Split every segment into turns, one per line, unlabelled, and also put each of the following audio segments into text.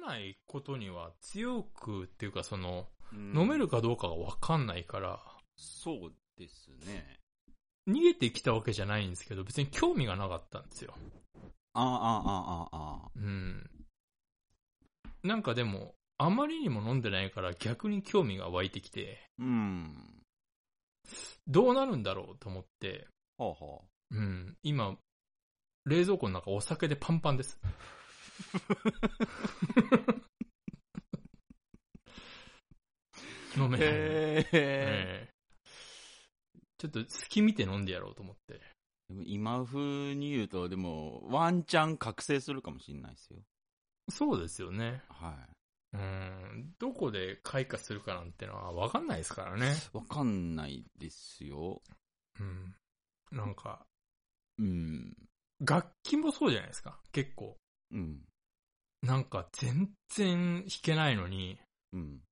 ないことには強くっていうかその、飲めるかどうかがわかんないから、
そうですね。
逃げてきたわけじゃないんですけど、別に興味がなかったんですよ。
ああ、ああ、ああ、あ
うん。なんかでも、あまりにも飲んでないから逆に興味が湧いてきて、
うん。
どうなるんだろうと思って、
はあ、はあ。
うん、今、冷蔵庫の中お酒でパンパンです。飲めない。
へえ。
ええちょっと隙見て飲んでやろうと思って。
でも今風に言うと、でも、ワンチャン覚醒するかもしれないですよ。
そうですよね。
は
うん、どこで開花するかなんてのはわかんないですからね。
い。わかんないですよ。
うん。なんか、
うん。
楽器もそうじゃないですか。結構。
うん。
なんか全然弾けないのに、
うん。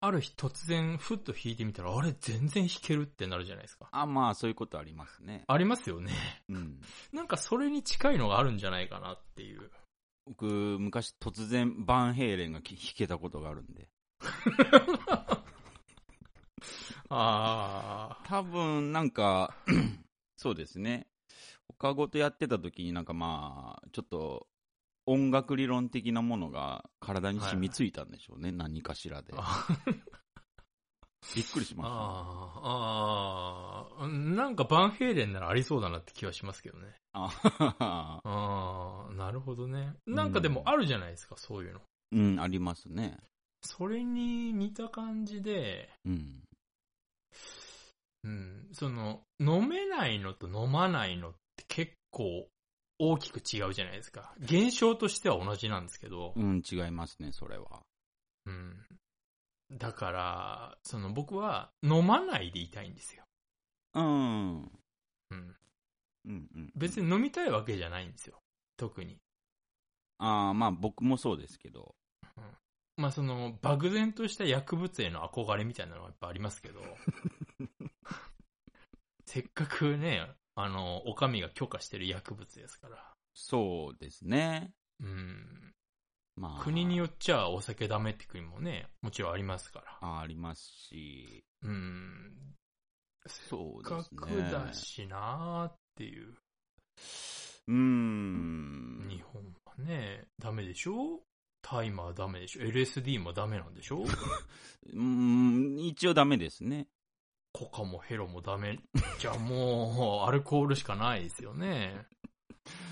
ある日突然ふっと弾いてみたら、あれ全然弾けるってなるじゃないですか。
あ、まあ、そういうことありますね。
ありますよね。
うん。
なんかそれに近いのがあるんじゃないかなっていう。
僕、昔突然、バンヘイレンがき弾けたことがあるんで。
あ
多分、なんか、 そうですね。他ごとやってた時になんかまあ、ちょっと、音楽理論的なものが体に染みついたんでしょうね。何かしらで
ー。。あ
びっくりしま
あー、あーなんかバンヘイレンならありそうだなって気はしますけどね。
した。あ
ああ、なるほどね。なんかでもあるじゃないですか、そういうの。
うん、ありますね。
それに似た感じで、
うん。
うん、その、飲めないのと飲まないのって結構大きく違うじゃないですか。現象としては同じなんですけど、
うん、違いますね、それは。
うん。だから、その僕は飲まないでいたいんですよ。
うん。うん、
うん。
うん。
別に飲みたいわけじゃないんですよ。特に。
ああ、まあ僕もそうですけど。
まあその、漠然とした薬物への憧れみたいなのはやっぱありますけ ど、せっかくね、あの、お上が許可してる薬物ですから、
そうですね。
うん。
まあ。
国によっちゃお酒ダメって国もね、もちろんありますから。
あありますし。
うん。
そう
せっ
で
か
すね。
くだしなーっていう。
うーん。
日本はね、ダメでしょタイマーダメでしょ ?LSD もダメなんで しょ
うーん、一応ダメですね。
コカもヘロもダメ。じゃあもう、アルコールしかないですよね。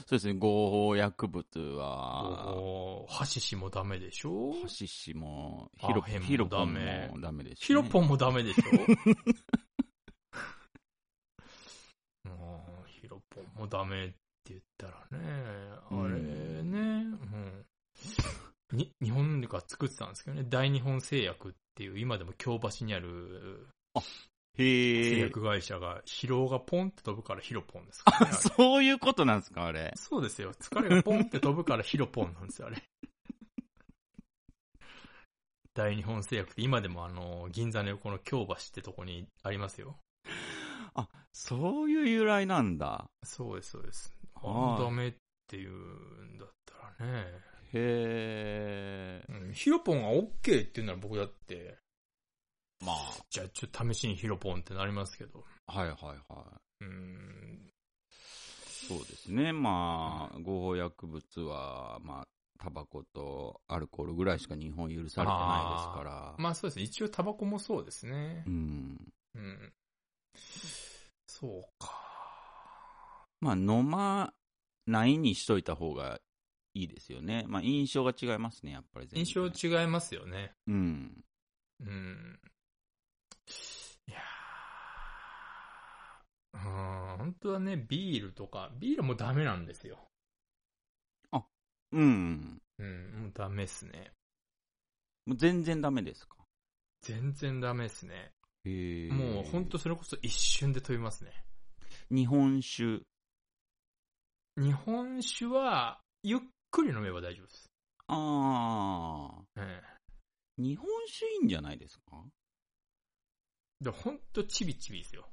そうですね、合法薬物は、
おーハシシもダメでしょ
ハシシも、ヒロ
アヘンも
ヒロポン
ダメ
もダメです、ね。
ヒロポ
ン
ンもダメで しょうんヒロポンもダメって言ったらね、あれね、うん。に、日本が作ってたんですけどね、大日本製薬っていう、今でも京橋にある製
へえ。
薬会社が、疲労がポンって飛ぶからヒロポンですからね、あれ
そういうことなんですか、あれ。
そうですよ。疲れがポンって飛ぶからヒロポンなんですよ、あれ。 大日本製薬って今でもあの、銀座の横の京橋ってとこにありますよ。
そういう由来なんだ。
そうです、そうです。
は
あ
い
ダメっていうんだったらね。
へえ。
うん、ヒロポンが OK って言うなら僕だって、
ま
じゃあちょっと試しにヒロポンってなりますけど。
あ、はいはいは
うん、
い。そうですね、まあ、合法薬物は、まあ、タバコとアルコールぐらいしか日本許されてないですから。
まあそうですね。一応タバコもそうですね
う。ん。
うん。そうか。
まあ、飲まないにしといた方がいいですよね。まあ、印象が違いますね、やっぱり全
印象
然。
違いますよね。
うん。
うん。いやーうーん、本当はね、ビールとか、ビールもダメなんですよ。
うん。
うん、もうダメっすね。
もう全然ダメですか。
全然ダメっすね。
へえ。
もうほんとそれこそ一瞬で飛びますね。
日本酒。
日本酒は、ゆっくり飲めば大丈夫です。
ああ。
え
日本酒いいんじゃないですか
え。で、ほんとチビチビですよ。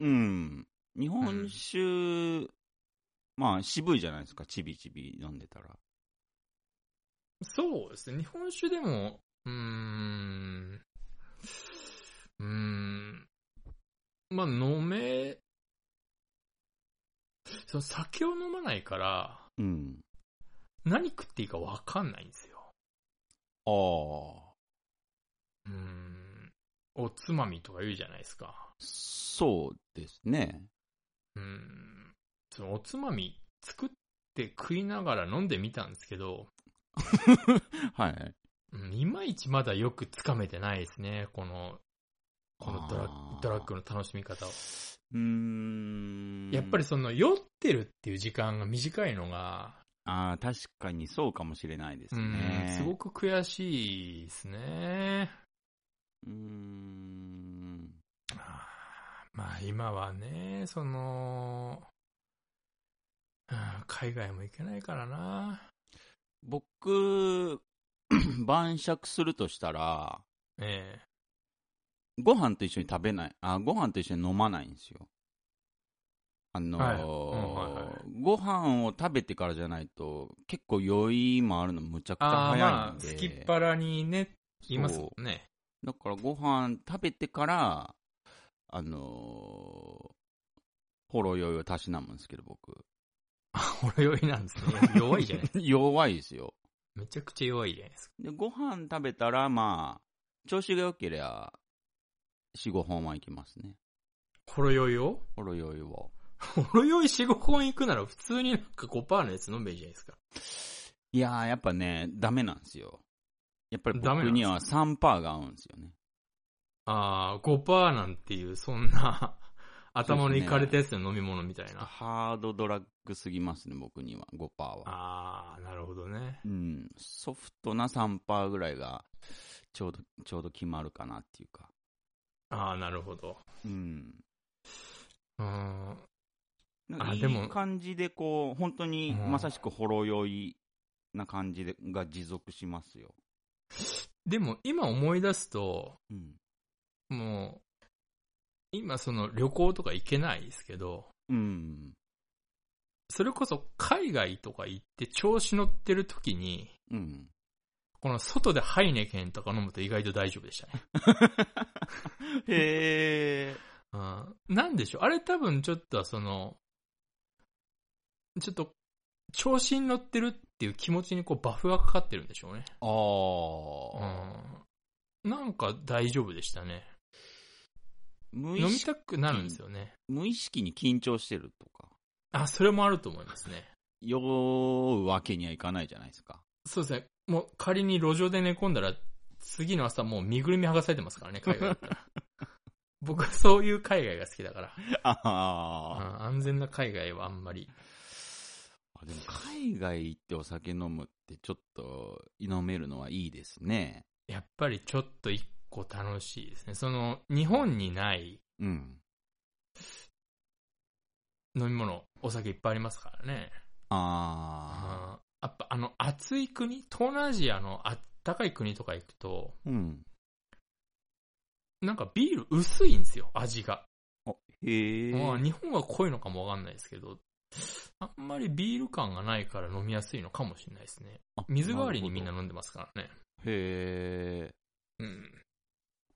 うん。日本酒、まあ、渋いじゃないですか、ちびちび飲んでたら。
そうですね。日本酒でも、うーん、うーん、まあ飲め、その酒を飲まないから、
うん。
何食っていいかわかんないんですよ。
ああ。
うーん、おつまみとか言うじゃないですか。
そうですね。
うーん、そのおつまみ作って食いながら飲んでみたんですけど、
はい。
うんいまいちまだよくつかめてないですね、この、このドラ
あー
ドラッグの楽しみ方を。
うーん。
やっぱり。その、酔ってるっていう時間が短いのが、
ああ、確かにそうかもしれないです
うん
ね。
すごく悔しいですね。
うーん。
あーまあ今はね、その、うん海外も行けないからな。
僕、 晩酌するとしたら、
え
ご飯と一緒に食べない、あ、ご飯と一緒に飲まないんですよ。あのー
はいうんはいは
ご飯を食べてからじゃないと、結構酔いもあるのむちゃく
え
ちゃ
ああー、
早い
ま
ん
あ、
で。
スキッパラにね、言いますも
そうん
ね。
だからご飯食べてから、あのーほろ酔いをたしなむんですけど、僕。
ほろ酔いなんですね。 弱いじゃないですか。
弱いですよ。
めちゃくちゃ弱いじゃないですか。
で、ご飯食べたら、まあ、調子が良ければ、4、5本はいきますね。
ほろ酔いを
ほろ酔いを。
ほろ酔い4、5本行くなら普通になんか5%のやつ飲んべいいじゃないですか。
いやー、やっぱね、ダメなんですよ。やっぱり
ダメな
僕
んで
に
す
は3%が合うんですよね。
ああ、5%なんていう、そんな、頭のいかれたやつの飲み物みたい
ちょっと
な。
ハードドラッグすぎますね、僕には、5%は。
ああ、なるほどね。
うん、ソフトな3%ぐらいが、ちょうど、ちょうど決まるかなっていうか。
ああ、なるほど。
うん。
うーん。
なんか
あ
い
でも
い感じでこう、本当に
うん
まさしくほろ酔いな感じでが持続しますよ。
でも今思い出すと、
うん。
もう、今その旅行とか行けないですけど、
うん。
それこそ海外とか行って調子乗ってる時に、
うん。
この外でハイネケンとか飲むと意外と大丈夫でしたね。
へえ。
うんなんでしょうあれ多分ちょっとその、ちょっと、調子に乗ってるっていう気持ちにこうバフがかかってるんでしょうね。
ああ、
うん。なんか大丈夫でしたね。
無意
飲み
識。
たくなるんですよね。
無意識に緊張してるとか。
あ、それもあると思いますね。
酔うわけにはいかないじゃないです か。
そうですね。もう仮に路上で寝込んだら、次の朝もう身ぐるみ剥がされてますからね、海外だった ら。僕はそういう海外が好きだから。う
あ
ん安全な海外はあんまり。
あ。でも海外行ってお酒飲むってちょっと飲めるのはいいですね。
やっぱりちょっと一個楽しいですね。その、日本にない
うん。
飲み物、お酒いっぱいありますからね。
ああ。
あーやっぱあの、暑い国、東南アジアのあったかい国とか行くと、
うん。
なんかビール薄いんですよ、味が。
あへえ。
まあ、日本は濃いのかもわかんないですけど、あんまりビール感がないから飲みやすいのかもしれないですね。
あ
水代わりにみんな
る
飲んでますからね。
ほどへえ。
うん。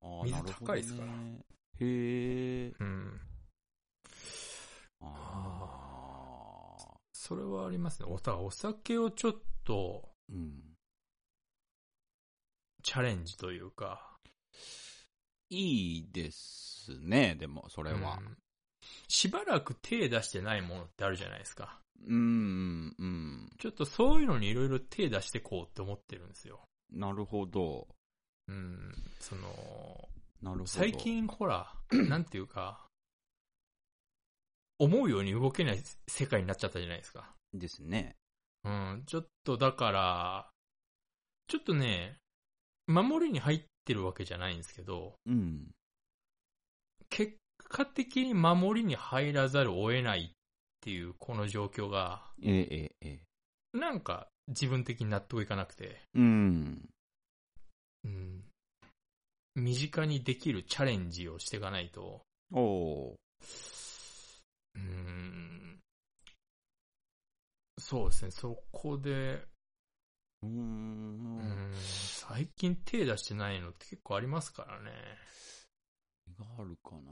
あー
水
なるほど
高いですから
ねへえ。
うん。
ああ。
それはありますね。おたお酒をちょっと
うん。
チャレンジというか、
いいですね、でも、それは
う。んしばらく手出してないものってあるじゃないですか。
うん、うん。
ちょっとそういうのにいろいろ手出してこうって思ってるんですよ。
なるほど。
うん。その、
なるほど。
最。近ほ ら、なんていうか、思うように動けない世界になっちゃったじゃないですか。
ですね。
うん。ちょっとだから、ちょっとね、守りに入ってるわけじゃないんですけど、
うん。
結果的に守りに入らざるを得ないっていうこの状況が、
ええ、ええ、ええ。
なんか自分的に納得いかなくて、
うん。
うん、身近にできるチャレンジをしていかないと、
おー
うん、そうですね、そこで、う
うー。
んん最近手出してないのって結構ありますからね。
何があるかな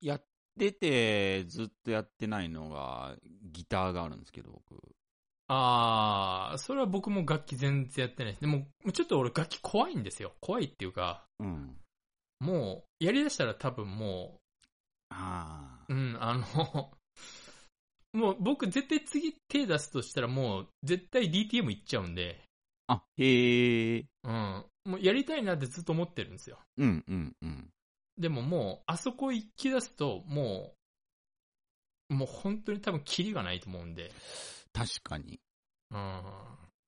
やってて、ずっとやってないのが、ギターがあるんですけど、僕。
あー、それは僕も楽器全然やってないです。でも、ちょっと俺楽器怖いんですよ。怖いっていうか、
うん。
もう、やりだしたら多分も
ああ
う、う。ん、あの、もう僕絶対次手出すとしたらもう絶対 DTM 行っちゃうんで、
あ、へえ。
うん、もうやりたいなってずっと思ってるんですよ。
うんうんうん。
でももう、あそこ行き出すと、もう、もう本当に多分キリがないと思うんで、
確かに。
うん。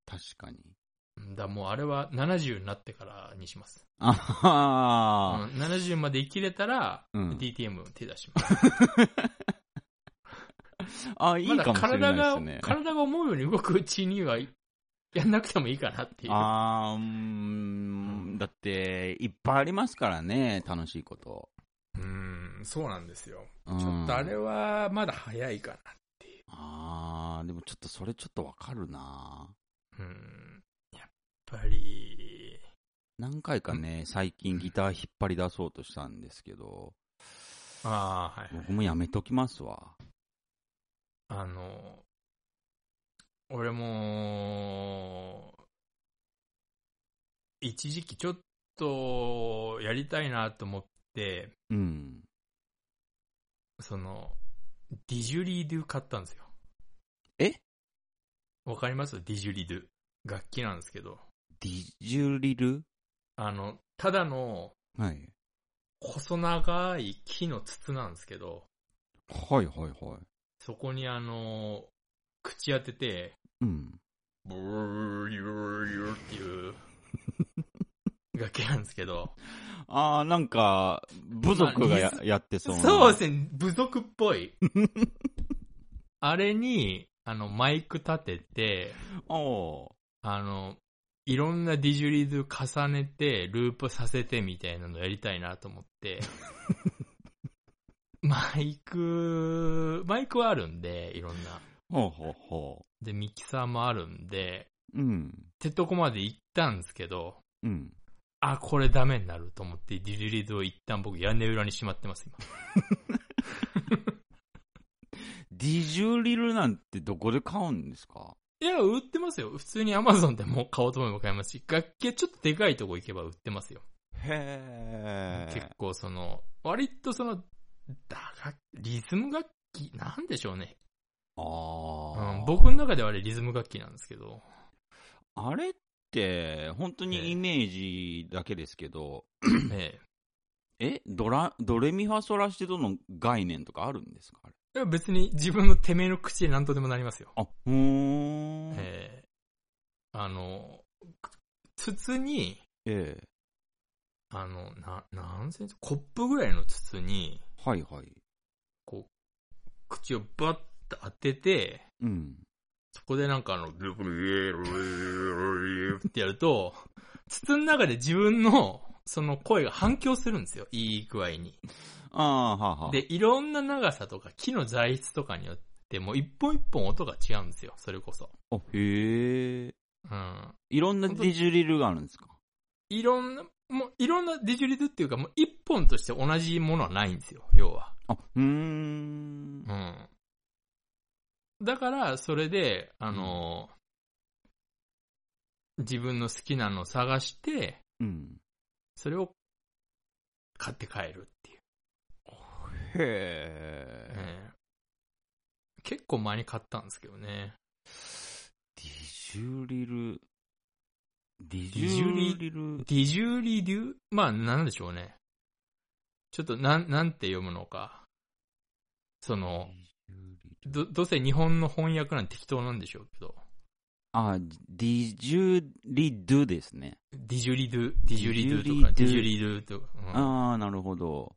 確かに。
だからもうあれは70になってからにします。
あ
うん
は、
70まで生きれたら、
うん
DTM 手出します。
ー あ、いい
ま
か
だ
もしれな
体
いです
が、
ね。
体が思うように動くうちには、やんなくてもいいかなっていう。
あーうーん、だって、いっぱいありますからね、楽しいこと。
うん、そうなんですよ。
うん
はまだ早いかな。
あーでもちょっとそれちょっとわかるな
うん、やっぱり、
何回かね、最近ギター引っ張り出そうとしたんですけど、
ああ、はい。
僕もやめときますわ。
あの、俺も、一時期ちょっとやりたいなと思って、
うん。
その、ディジュリードゥ買ったんですよ。
え
わかりますディジュリドゥ。楽器なんですけど。
ディジュリル
あの、ただの
はい。
細長い木の筒なんですけど、
はいはいはい。
そこにあの、口当てて、
うん。
ブーリューリューっていう楽器なんですけど、
あーなんか、部族がや
まあ
やってそうな。
そうですね、部族っぽい。あれに、あの、マイク立てて、
おー
あの、いろんなディジュリドゥ重ねて、ループさせてみたいなのやりたいなと思 って、マイク、マイクはあるんで、いろんな。
ほうほうほ
で、ミキサーもあるんで、
う。うん。
てとこまで行ったんですけど、
うん。
あ、これダメになると思って、ディジュリドゥを一旦僕屋根裏にしまってます、今。
ディジュリルなんてどこで買うんですか
いや、売ってますよ。普通に Amazon でも買おうと思えば買えますし、楽器はちょっとでかいとこ行けば売ってますよ。
へ
結構その、割とその、打楽リズム楽器、なんでしょうね。
構
う
ああ、
ん、僕の中ではあれリズム楽器なんですけ ど。
あれって、本当にイメージだけですけど、
え
え、ドラ、ドレミファソラシドの概念とかあるんですかあれ
え。別に自分のてめえの口で何とでもなりますよ。
あ、うーん。え
ええ。あの、筒に、
え。
あの、な、なんせ、コップぐらいの筒に、
はいはい。
こう、口をバッと当てて、
うん。
そこでなんかあの、ってやると、筒の中で自分の、その声が反響するんですよ。いい具合に。
ああ、はあはあ。
で、いろんな長さとか木の材質とかによって、もう一本一本音が違うんですよ。それこそ。
あ、へえ。
うん。
いろんなディジュリルがあるんですか
いろんな、もういろんなディジュリドゥっていうか、もう一本として同じものはないんですよ。要は。
あ、うーん
う。ん。だから、それで、あの自分の好きなのを探して、
うん。
それを買って帰るっていう。
へえ。
ええ結構前に買ったんですけどね。
ディジュリル。ディ
ジュリ
ジュリル。
ディジュリデュまあ、なんでしょうね。ちょっと、なん、なんて読むのか。その、ど、どうせ日本の翻訳なんて適当なんでしょうけど。
あ、ディジュリドゥですね。
ディジュリドゥ、ディジュリドゥとか、デ
デ
ィ
ィジ
ジ
ュ
ュ
リ
リドゥとか。うん
ああ、なるほど。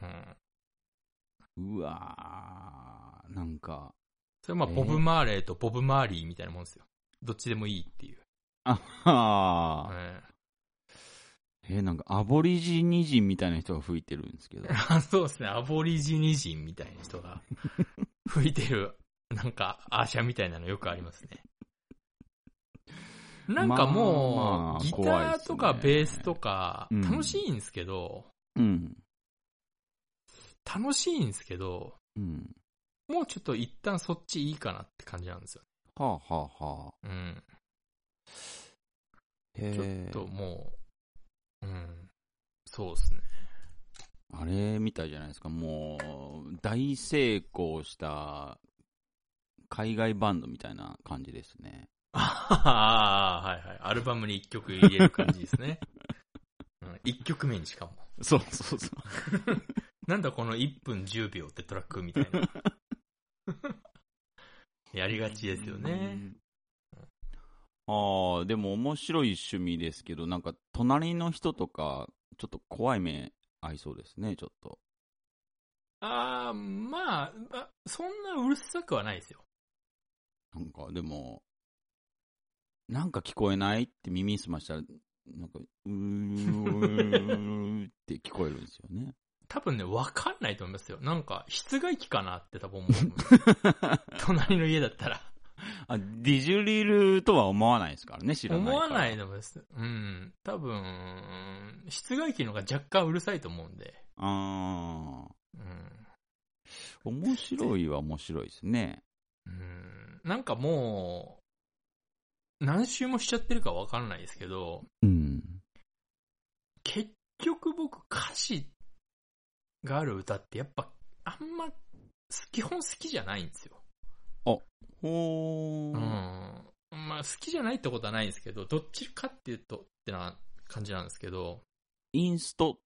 うん
うわーなんか、
それはまあ、
え
ボ
え
ブ・マーレーとボブ・マーリーみたいなもんですよ。どっちでもいいっていう。
あはー
え
えーなんかアボリジニ人みたいな人が吹いてるんですけど
え。あ そうですね、アボリジニ人みたいな人 が吹いてる、なんか、アーシャみたいなのよくありますね。なんか
まあま
も
あ
う、ギタ
怖いっ
ー
すね
とかベースとか
うん、
楽しいんですけど、
うん。
楽しいんですけど、
うん。
もうちょっと一旦そっちいいかなって感じなんですよ。
はあはあはあ。
うん。ちょ
へ
っ
え。
ともう、うん。そうですね。
あれみたいじゃないですか。もう、大成功した海外バンドみたいな感じですね。
ああ、はいはい。アルバムに一曲入れる感じです ね。うん、一曲目にしかも。
そうそうそう。
なんだこの1分10秒ってトラックみたいな。 やりがちですよね。
うん。ああ、でも面白い趣味ですけど、なんか隣の人とか、ちょっと怖い目合いそうですね、ちょっと。
ああ、まあ、あそんなうるさくはないですよ。
なんかでも、なんか聞こえないって耳すましたら、なんか、うーって聞こえるんですよね。
多分ね、わかんないと思いますよ。なんか、室外機かなって多分 思う。隣の家だったら。
あ、ディジュリルとは思わないですからね、知らないから。
思わないのです。うん。多分、室外機の方が若干うるさいと思うんで。
ああ。
うん。
面白いは面白いですね。
うん。なんかもう、何周もしちゃってるかわかんないですけど、
うん。
結局僕歌詞がある歌ってやっぱあんま基本好きじゃないんですよ。
ほ
う
ー。
ん。まあ好きじゃないってことはないんですけど、どっちかっていうとってな感じなんですけど、
インスト。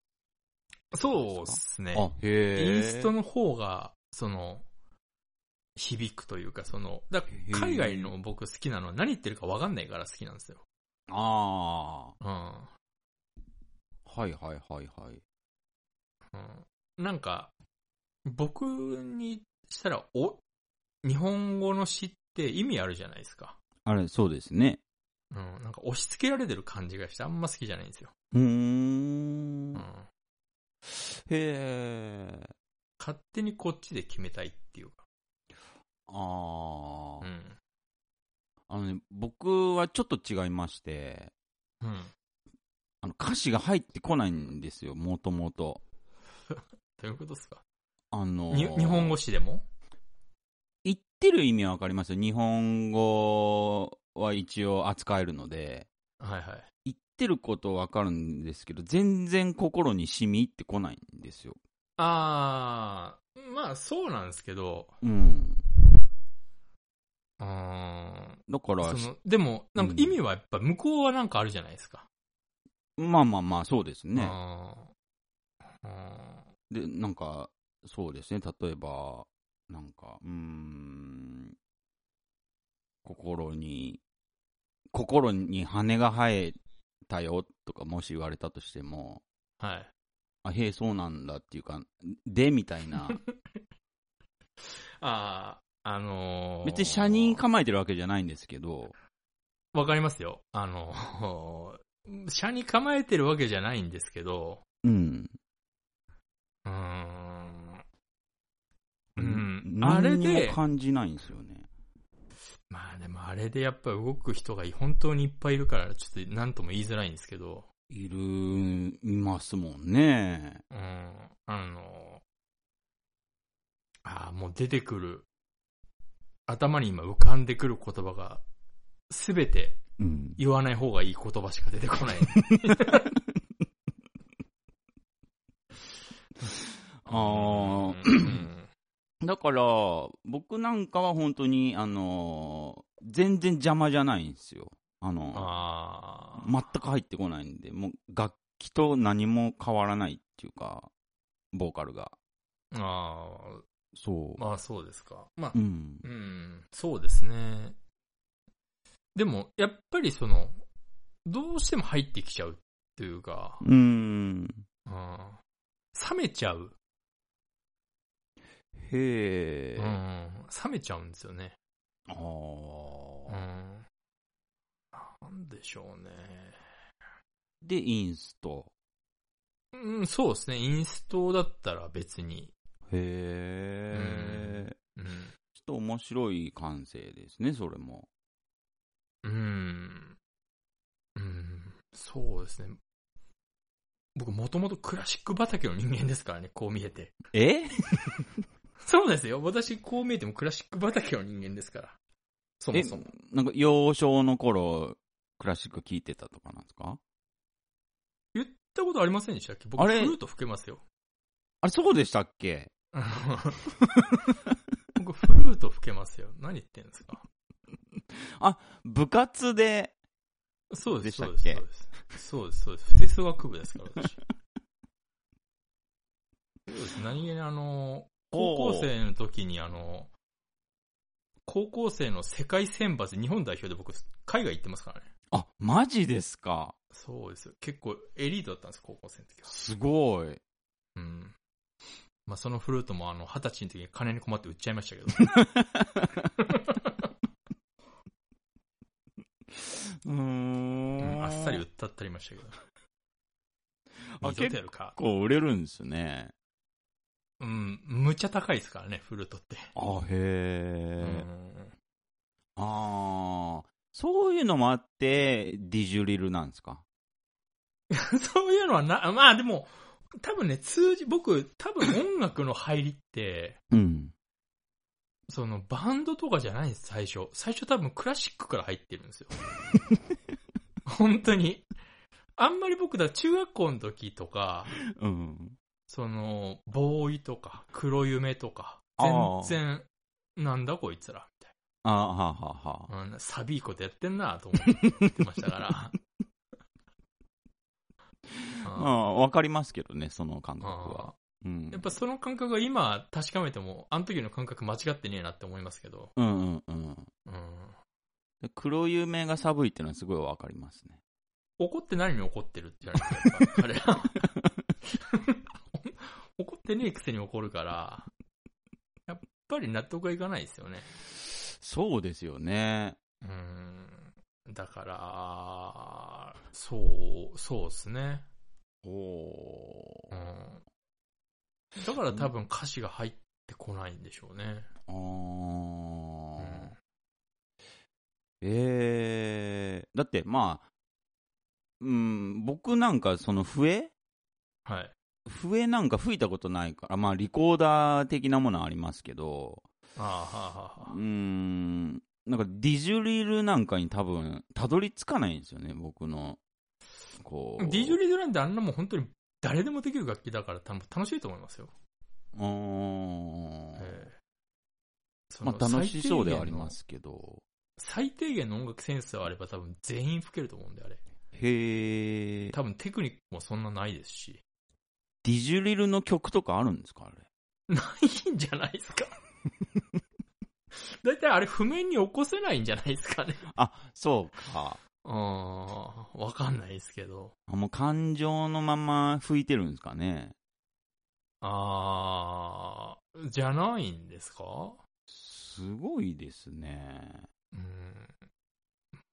そうですね。
あ、へえ。
インストの方が、その、響くというか、その、だから海外の僕好きなのは何言ってるか分かんないから好きなんですよ。
あ
うん。
あ。はいはいはいはい。
うん、なんか、僕にしたら、お、日本語の詩って意味あるじゃないですか。
あれ、そうですね。
うん。なんか押し付けられてる感じがしてあんま好きじゃないんですよ。
うー。
うんん
へ。え。
勝手にこっちで決めたいっていうか。
あ
う。
あ
ん。
あのね、僕はちょっと違いまして、
うん。
あの歌詞が入ってこないんですよ、もともと。
どういうことですか
あの
に日本語詩でも
言ってる意味はわかりますよ。日本語は一応扱えるので、
はいはい。
言ってることわかるんですけど、全然心に染み入ってこないんですよ。
あー、まあそうなんですけど、
うん。
うーん
だから、
そのでも、なんか
うん
意味はやっぱ向こうはなんかあるじゃないですか。
まあまあまあ、そうですね。
うーんう
で、なんか、そうですね、例えば、なんか、うーん、心に、心に羽が生えたよとか、もし言われたとしても、
ーんはい。
あ、へえ、そうなんだっていうか、で、みた いな。
ああ、あのー、
別に車輪構えてるわけじゃないんですけど、
わかりますよ。あのー、 車に構えてるわけじゃないんですけど、
うん。
うーん。うんあれ
何にも
で
感じないんですよね。
まあでもあれでやっぱ動く人が本当にいっぱいいるから、ちょっと何とも言いづらいんですけど、
いる、いますもんね。
うん、あの、ああ、もう出てくる、頭に今浮かんでくる言葉が、すべて
うん。
言わない方がいい言葉しか出てこない。
ああ、
うん
だから、僕なんかは本当に、あのー全然邪魔じゃないんですよ。あの、
あー
全く入ってこないんで、もう楽器と何も変わらないっていうか、ボーカルが。
あ
そ
ー、
う。
まあそうですか。まあ
う、ん。
うん、そうですね。でも、やっぱりその、どうしても入ってきちゃうっていうか、
うーん。
うん、冷めちゃう。
へえ。
う
あ
ん、冷めちゃうんですよね。
あ
うん。
ー。
なんでしょうね。
で、インスト。
うん、そうですね。インストだったら別に。
へえ。
うん。
ちょっと面白い感性ですね、それも。
うん。そうですね。僕もともとクラシック畑の人間ですからね、こう見えて。
え
そうですよ。私こう見えてもクラシック畑の人間ですから。そもそも。
なんか幼少の頃、クラシック聴いてたとかなんですか
言ったことありませんでしたっけ僕
あ
フ
れ
ルート吹けますよ。
あれ、そうでしたっけ
僕フルート吹けますよ。何言ってんですか
部活で、
そうです、
で
そう
し
です、
たっ
そうです。そうです、そうです。不定数学部ですから、私。そうです。何気にあの、高校生の時にあの、高校生の世界選抜日本代表で僕、海外行ってますからね。
あ、マジですか。
そうですよ。結構エリートだったんです、高校生の時は。
すごい。
うん。まあ、そのフルートもあの、二十歳の時に金に困って売っちゃいましたけど。
うー
うん
ん
あっさり売ったったりましたけど。二
あ
度とやるか。
結構売れるんですね。
うん、むちゃ高いですからね、フルートって。
あ、
う
へえ。
ん
ああ。そういうのもあって、ディジュリルなんですか。
そういうのはな、まあでも、多分ね、通じ、僕、多分音楽の入りって、
うん。
そのバンドとかじゃないんです、最初。最初多分クラシックから入ってるん ですよ。本当に。あんまり僕だ、中学校の時とか、
うん。
その、ボーイとか、黒夢とか、
あ
全
ー
然、なんだこいつら、みたい
ああ、はあはあはあ。
な。うん、サビいことやってんなと思ってました から。
まあ、わかりますけどね、その感覚は。うん。
やっぱその感覚が今確かめても、あの時の感覚間違ってねえなって思いますけど。
うんうんうん。
うん。
で黒有名が寒いっていうのはすごいわかりますね。
怒って何に怒ってるって言われてるから、彼ら。 怒ってねえくせに怒るから、やっぱり納得がいかないですよね。
そうですよね。
うん。だから、そう、そうですね。
ほ
う
ー
ん。だから多分歌詞が入ってこないんでしょうね。
あ
う
ー
ん。
えー、だってまあ、うん、僕なんかその笛
はい。
笛なんか吹いたことないから、まあリコーダー的なものはありますけど、
ああ、はあ、はあ
うーん、なんかディジュリルなんかに多分、たどり着かないんですよね、僕の。こう。
ディジュ
ル
リドなんてあんなもん本当に誰でもできる楽器だから多分楽しいと思いますよ。
うーん。
ええそ
ま
の
あ楽しそうではあり
最低限の
ますけど。
最低限の音楽センスがあれば多分全員吹けると思うんであれ。
へえ。
多分テクニックもそんなないですし。
ディジュリルの曲とかあるんですかあれ。
ないんじゃないです か。だいたいあれ譜面に起こせないんじゃないですかね。
あ、そうか。
うん、わかんないですけど。
あもう感情のまま吹いてるんですかね。
あー、じゃないんですか
すごいですね。
う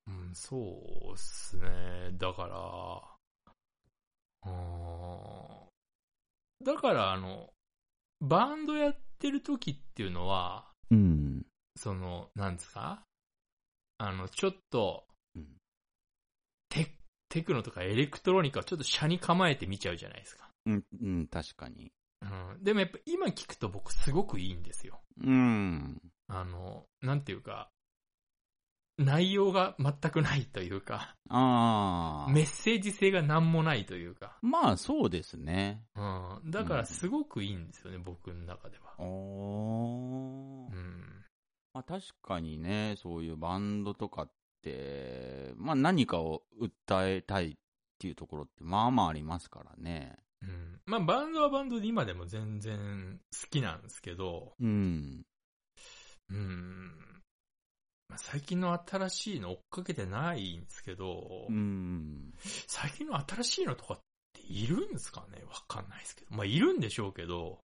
ん、うん、そうっすね。だから、うーん。だから、あの、バンドやってる時っていうのは、
うん。
その、なんですかあの、ちょっと
うん、
テテクノとかエレクトロニカをちょっと車に構えて見ちゃうじゃないですか。
うん、うん、確かに。
うん。でもやっぱ今聞くと僕すごくいいんですよ。
うん。
あの、なんていうか、内容が全くないというか。
ああ。
メッセージ性が何もないというか。
まあ、そうですね。
うん。だからすごくいいんですよね、僕の中では。
お
う
ー
ん。
まあ、確かにね、そういうバンドとかって、まあ、何かを訴えたいっていうところって、まあまあありますからね。
うん。まあ、バンドはバンドで今でも全然好きなんですけど、
うん。
うん。まあ最近の新しいの追っかけてないんですけど、
うん。
最近の新しいのとかっているんですかねわかんないですけど。まあ、いるんでしょうけど、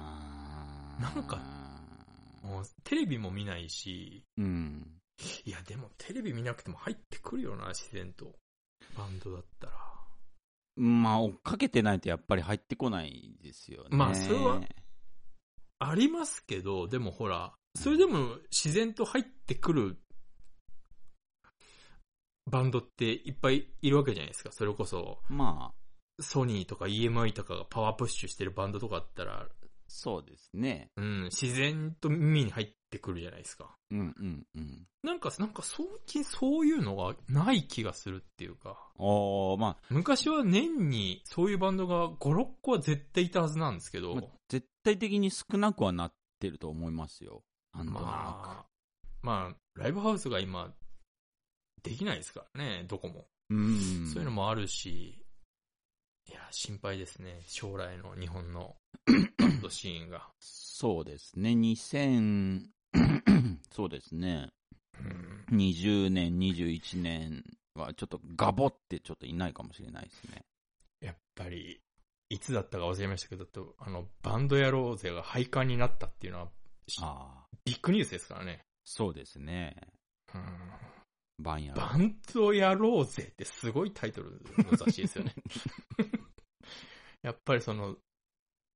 あー
なんかもうテレビも見ないし、
うん。
いや、でもテレビ見なくても入ってくるよな、自然と。バンドだったら。
まあ、追っかけてないとやっぱり入ってこないですよね。
まあそれはありますけど、でもほら、それでも自然と入ってくるバンドっていっぱいいるわけじゃないですか。それこそ、
まあ、
ソニーとか EMI とかがパワープッシュしてるバンドとかだったら、
そうですね。
うん、自然と耳に入ってくるじゃないですか。
うんうんうん。
なんか、なんか最近そういうのがない気がするっていうか、
おー、まあ、
昔は年にそういうバンドが5、6個は絶対いたはずなんですけど、
ま絶対的に少なくはなってると思いますよ。なんとなく。
まあ、まあ、ライブハウスが今、できないですからね、どこも。
うん。
そういうのもあるし、いや、心配ですね、将来の日本のバンドシーンが。
そうですね。2000、そうですね。
うん
20年、21年はちょっとガボってちょっといないかもしれないですね。
やっぱり、いつだったか忘れましたけど、とあの、バンドやろうぜが廃刊になったっていうのは、
ああ、
ビッグニュースですからね。
そうですね。
うん
バンヤロ
バンドやろうぜってすごいタイトルの雑誌です よね。やっぱりその、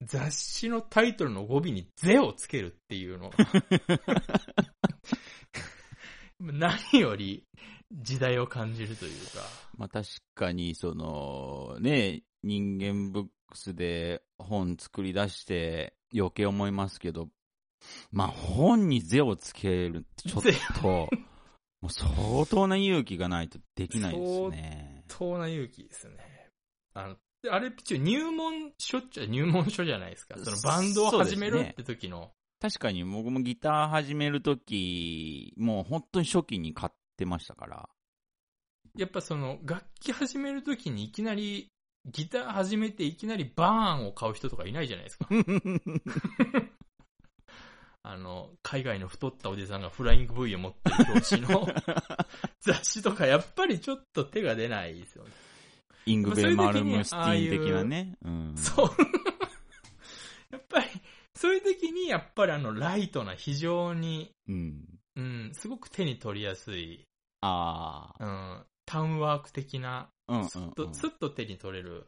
雑誌のタイトルの語尾にゼをつけるっていう のが何より時代を感じるというか。
まあ確かに、その、ね、人間ブックスで本作り出して余計思いますけど、まあ本にゼをつけるってちょっと、 もう相当な勇気がないとできないですね。
当な勇気ですね。あの、であれ、一応入門書っちゃ入門書じゃないですか。そのバンドを始めるって時の。
確かに僕もギター始めるとき、もう本当に初期に買ってましたから。
やっぱその楽器始めるときにいきなりギター始めていきなりバーンを買う人とかいないじゃないです か。あの、海外の太ったおじさんがフライング V を持ってる表紙 の雑誌とかやっぱりちょっと手が出ないですよね。
イングベル・マルムスティーン的なね。うん、
そう。やっぱり、そういう時にやっぱりあのライトな非常に、
うん。
うん、すごく手に取りやすい、
ああ。
うん、タウンワーク的な
うんうん
す
うん
っと、すっと手に取れる、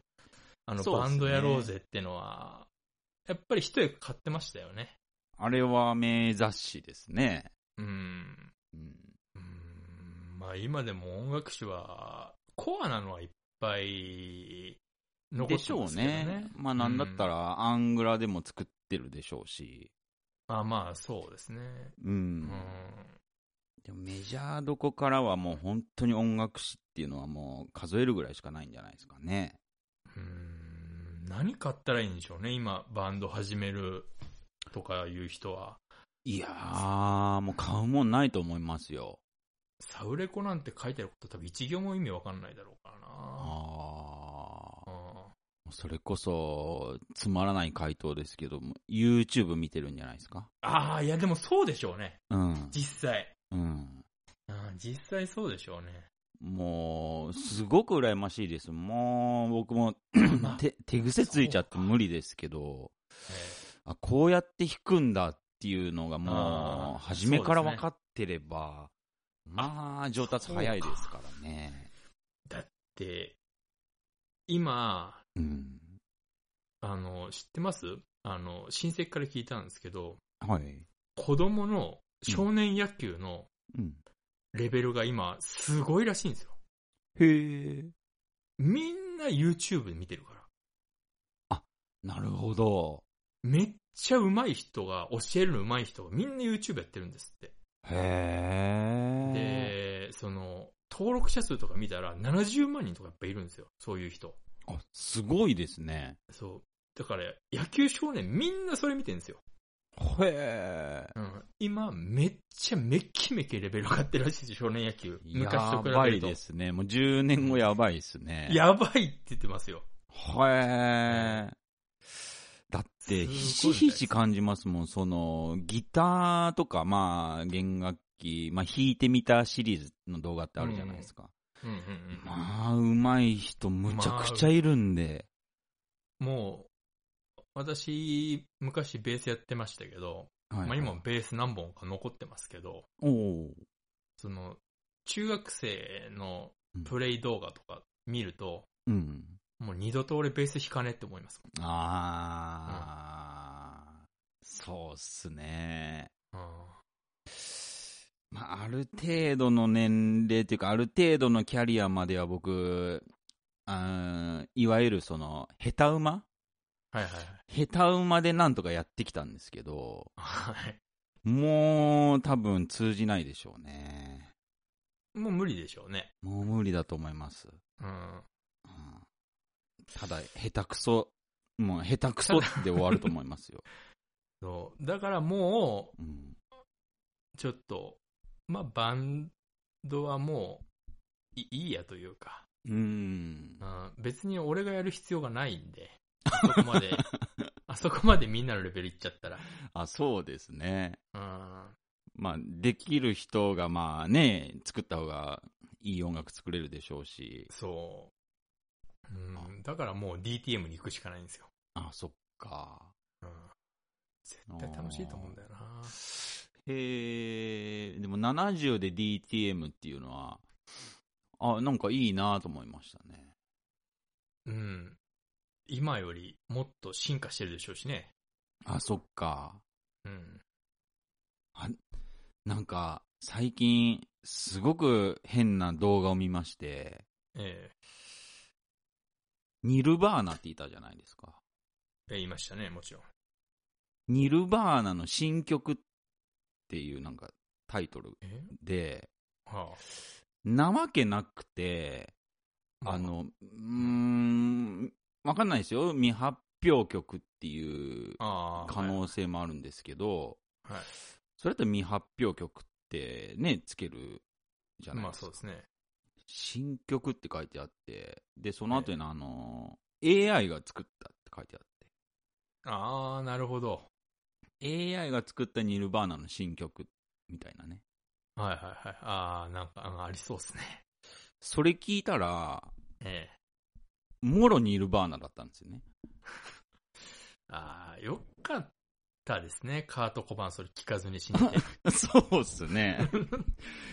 あの、
そう
バ
です
ン
ね
ドやろうぜってのは、やっぱり一役買ってましたよね。
あれは名雑誌ですね。
うん。
うん。
うんまあ今でも音楽誌は、コアなのはいっぱい残
で
っ
してょ
ま
う
すけどね。
ね。まあなんだった
うん
ら、アングラでも作ってるでしょうし。
まあまあ、そうですね。
うん。
うん。
でもメジャーどこからはもう本当に音楽誌っていうのはもう数えるぐらいしかないんじゃないですかね。
うん何買ったらいいんでしょうね、今、バンド始めるとかいう人は。
いやー、もう買うもんないと思いますよ。
サウレコなんて書いてあること多分一行も意味わかんないだろうからな。
あー。
うん
それこそ、つまらない回答ですけども、YouTube 見てるんじゃないですか
ああ、いやでもそうでしょうね。
うん。
実際。
うん。
あー実際そうでしょうね。
もう、すごく羨ましいです。もう、僕も、
まあ
手、手癖ついちゃって無理ですけど、あ、こうやって弾くんだっていうのがもう
あ、ー
初めから
そうです
分
ね
かってれば、まあ、上達早いですからね。
だって、今、
うん。
あの、知ってますあの、親戚から聞いたんですけど、
はい。
子供の少年野球の
うん。
レベルが今、すごいらしいんですよ。
へえ。
みんな YouTube で見てるから。
なるほど。
めっちゃ上手い人が、教えるの上手い人がみんな YouTube やってるんですって。
へえ。
で、その、登録者数とか見たら70万人とかやっぱいるんですよ。そういう人。
あ、すごいですね。
そう。だから、野球少年みんなそれ見てるんですよ。
へえ。
うん。今、めっちゃめっきめきレベル上がってるらしいです、少年野球。昔と比べると。
やばいですね。もう10年後やばいですね。。
やばいって言ってますよ。
へえ。だって、
すごい
ひしひし感じますもん。その、ギターとか、まあ、弦楽器、まあ、弾いてみたシリーズの動画ってあるじゃないですか。
うんうんうん。
まあ、うまい人、むちゃくちゃいるんで。
もう、私、昔ベースやってましたけど、
はい
まあ今もベース何本か残ってますけど、
おお。
その、中学生のプレイ動画とか見ると、
うん。
もう二度と俺ベース弾かねえって思います
あー。そうっすね。
もん。うん
まあ、ある程度の年齢というか、ある程度のキャリアまでは僕、あーいわゆるその、下手馬
はいはい
下手馬でなんとかやってきたんですけど、
はい。はい。
もう多分通じないでしょうね。
もう無理でしょうね。
もう無理だと思います。
うん。
うんただ、下手くそ、もう下手くそで終わると思いますよ。
そう。だからも
うん、
う、ちょっと、まあ、バンドはもう、いいいやというか、
うーん
う。ん、別に俺がやる必要がないんで、あそこ まで、あそこまでみんなのレベルいっちゃったら。
あ、そうですね。
うん。
まあ、できる人がまあね、作った方がいい音楽作れるでしょうし。
そう。うん、だからもう DTM に行くしかないんですよ。
あ、そっか。
うん。絶対楽しいと思うんだよな。
へえ、でも70で DTM っていうのは、あ、なんかいいなと思いましたね。
うん。今よりもっと進化してるでしょうしね。
あ、そっか。
うん。
なんか、最近、すごく変な動画を見まして、
え
ニルバーナっていたじゃないですか。
え言いましたね、もちろん。
ニルバーナの新曲っていうなんかタイトル
え
で、
は
なわけなくて、
あ、
あ、の、うーん、わかんないですよ。未発表曲っていう
ああ
可能性もあるんですけど、
はい。
それだと未発表曲ってね、つけるじゃない
まあ
ですか。
そうですね。
新曲って書いてあって、で、その後にあの、AI が作ったって書いてあっ
ああ、なるほど。
て、AI が作ったニルバーナの新曲みたいなね。
はいはいはい。ああ、なんかあありそうですね。
それ聞いたら、
ええ
もろニルバーナだったんです よね。
ああ、よかったですね。カート・コバンそれ聞かずに死ん で。
そうっす ね。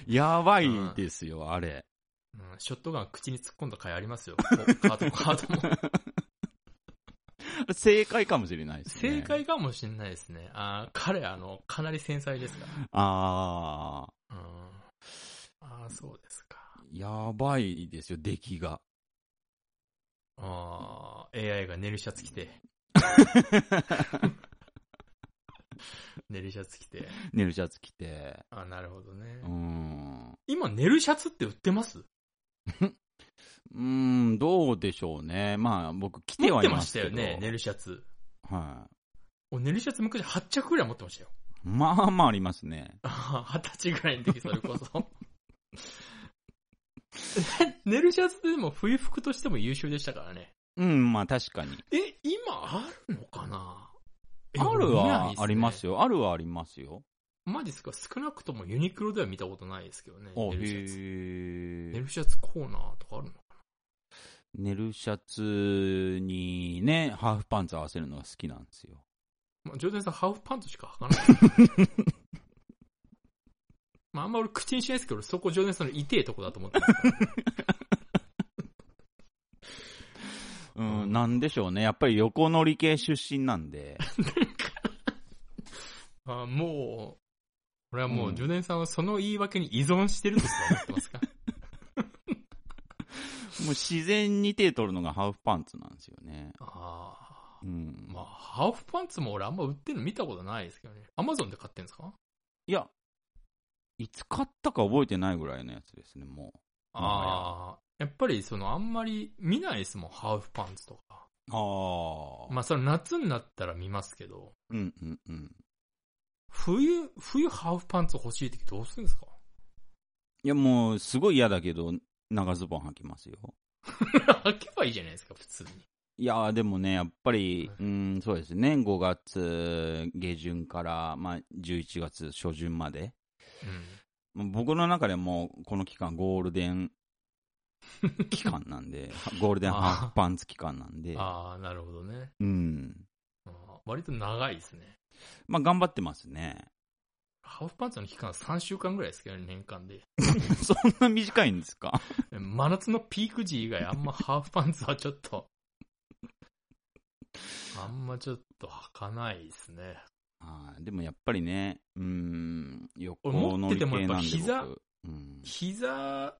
やばいですよ、あれ。
うん、ショットガン口に突っ込んだ回ありますよ。カー トも、カートも。
正解かもしれないですね。
正解かもしれないですね。あー彼、あの、かなり繊細ですか
あ
ら。うん。ああ、そうですか。
あ、やばいですよ、出来が。
ああ、AI が寝るシャツ着 て。寝るシャツ着て。
寝るシャツ着て。
あーなるほどね
うー。ん。う
今、寝るシャツって売ってます
ーん、どうでしょうね。まあ、僕着て
持っ
は
て
い
ま
ま
し
す
た
けど。
よね、寝るシャツ。
は
お寝るシャツ昔8着ぐらい持ってましたよ。
い。まあまあありますね。
あー二十歳ぐらいの時、それこそ。 寝るシャツでも冬服としても優秀でしたからね。
うん、まあ確かに。
え、今あるのかな
あるはあります
よ。
よ。あるはありますよ。
マジですか少なくともユニクロでは見たことないですけどね。
お
寝るシャツ。
へ
寝
え
る。シャツコーナーとかあるの
寝るシャツにね、ハーフパンツ合わせるのが好きなんですよ。
まあ、ジョーダンさんハーフパンツしか履かない。 まあ、あんま俺口にしないですけど、そこジョーダンさんの痛いとこだと思ってますから。
うん、
うん
なんでしょうね。やっぱり横乗り系出身なんで。
あもう、俺はもう、
うん
ジョーダンさんはその言い訳に依存してるとしか思ってますか
もう自然に手取るのがハーフパンツなんですよね。
あ あ。
うん。
まあ、ハーフパンツも俺あんま売ってるの見たことないですけどね。アマゾンで買ってんですか
いや、いつ買ったか覚えてないぐらいのやつですね、も
ああ。やっぱりそのあんまり見ないですもん、ハーフパンツとか。
う。ああ。
まあそれ夏になったら見ますけど、
うんうんうん。
冬、冬ハーフパンツ欲しい時どうするんですか
いや、もう、すごい嫌だけど、長ズボン履きますよ。
履けばいいじゃないですか、普通に。
いやーでもね、やっぱり
はい、
うん、そうですね、5月下旬から、まあ、11月初旬まで、もう僕の中でもうこの期間、ゴールデ ン期間なんで、ゴールデンハーフパンツ期間なん
う
で
ん。、ああ、なるほどね。
うん。
あー割と長いですね。
まあ、頑張ってますね。
ハーフパンツの期間3週間ぐらいですけどね、年間で。
そんな短いんですか
真夏のピーク時以外あんまハーフパンツはちょっと、あんまちょっと履かないですね。
はいでもやっぱりね、うーん、横
俺持
乗
って
り
て
系
も
なんで
やっぱ
僕
膝
うん、
膝、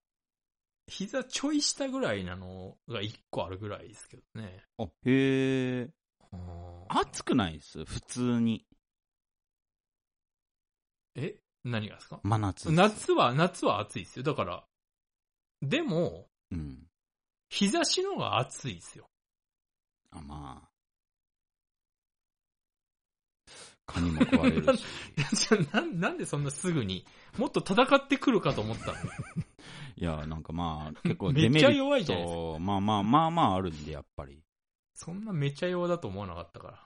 膝ちょい下ぐらいなのが1個あるぐらいですけどね。
あへえ。
あ
熱くないです普通に。
え何がですか
真夏です。
夏は、夏は暑いですよ。だから、でも、
うん。
日差しの方が暑いですよ。
あ、まあ。蚊にも食われ るし。
じゃあなんなんでそんなすぐに、もっと戦ってくるかと思ったの
いや、なんかまあ、結構
め
デ
っ
メ
ちゃ
リッ
弱いじゃないですか。
ト、まあまあまあまああるんで、やっぱり。
そんなめちゃ用だと思わなかったから。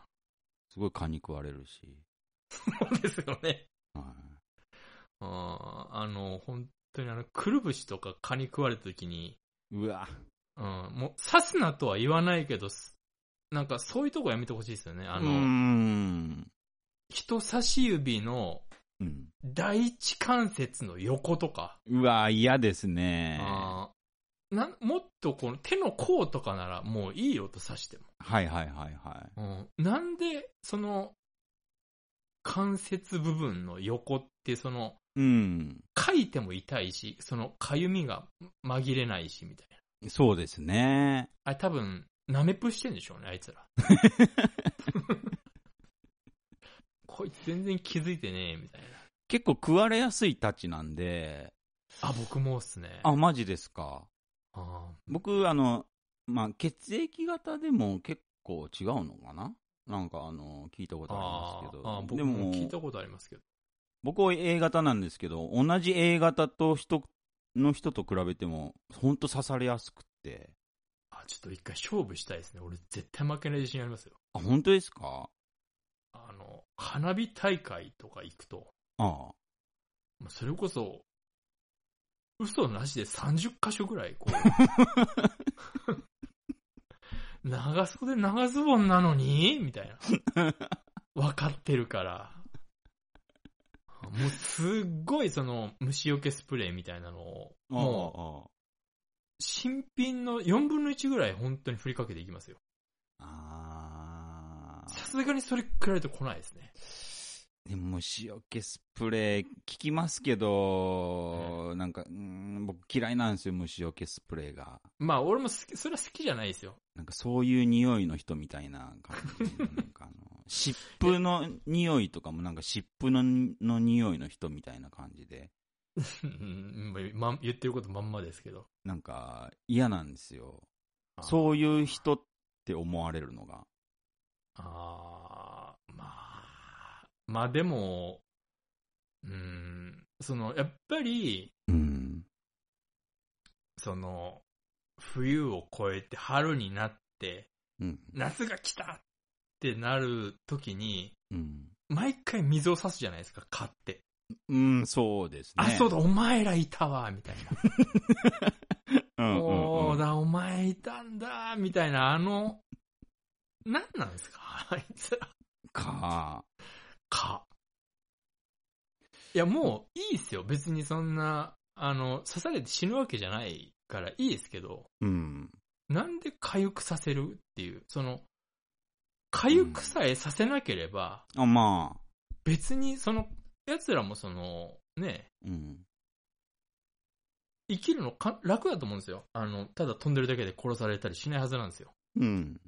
すごい蚊に食われるし。
そう ですよね。
は
あーあの、本当にあの、くるぶしとか蚊に食われた時に、
い、うわ。
うん、もう刺すなとは言わないけど、すなんかそういうとこやめてほしいですよね。あ
あ
の、
うーん。
人差し指の
うん。
第一関節の横とか、
うわ、嫌ですね。
あーなんもっとこの手の甲とかならもういいよと刺しても。
はいはいはいはい。
うん、なんで、その、関節部分の横って、その、
うん。
書いても痛いし、その、かゆみが紛れないし、みたいな。
そうですね。
あれ多分、ナメプしてんでしょうね、あい つら。こいつ全然気づいてねえ、みたい
結構食われやすいたちなんで、
な。あ、僕もっすね。
あ、マジですか。
あ
僕、あの、まあ、血液型でも結構違うのかななんか、あの、聞いたことあ
あ
りますけど。
ああ僕
で
も聞い
も、
たことありますけど。
僕は A 型なんですけど、同じ A 型と人の人と比べても、ほんと刺されやすくって。
あ、ちょっと一回勝負したいですね。俺絶対負けない自信ありますよ。
あ、本当ですか
あの、花火大会とか行くと、
ああ。
まあそれこそ、嘘なしで30箇所ぐらい、こ う。長袖長ズボンなのにみたいな。わかってるから。もうすっごいその虫除けスプレーみたいなのを、もう
も
新品の4分の1ぐらい本当に振りかけていきますよ。
う。ああ。
さすがにそれくらいと来ないですね。
でも虫除けスプレー効きますけど、なんか、うーん、僕嫌いなんですよ、虫除けスプレーが。
まあ俺も好き、それは好きじゃないですよ。
なんかそういう匂いの人みたいな感じで、なんかあ の、湿布の匂いとかもなんか湿布のの匂いの人みたいな感じで、
うんまあ言ってることまんまですけど。
なんか嫌なんですよ。そういう人って思われるのが。
あーまあ、まあでも、うーん、その、やっぱり、
うん。
その、冬を越えて春になって、
うん。
夏が来たってなる時に、
うん。
毎回水を差すじゃないですか、買って。
うん、そうですね。
あ、そうだ、お前らいたわ、みたいな。
うんうんうん
そうだ、お前いたんだ、みたいな、あの、なんなんですか、あいつら。
か。
か。いや、もういいっすよ。別にそんな、あの、刺されて死ぬわけじゃないからいいですけど、
うん。
なんで痒くさせるっていう、その、痒くさえさせなければ、
あ、まあ。
別にその、奴らもその、ね、
うん。
生きるのか楽だと思うんですよ。あの、ただ飛んでるだけで殺されたりしないはずなんですよ。
うん。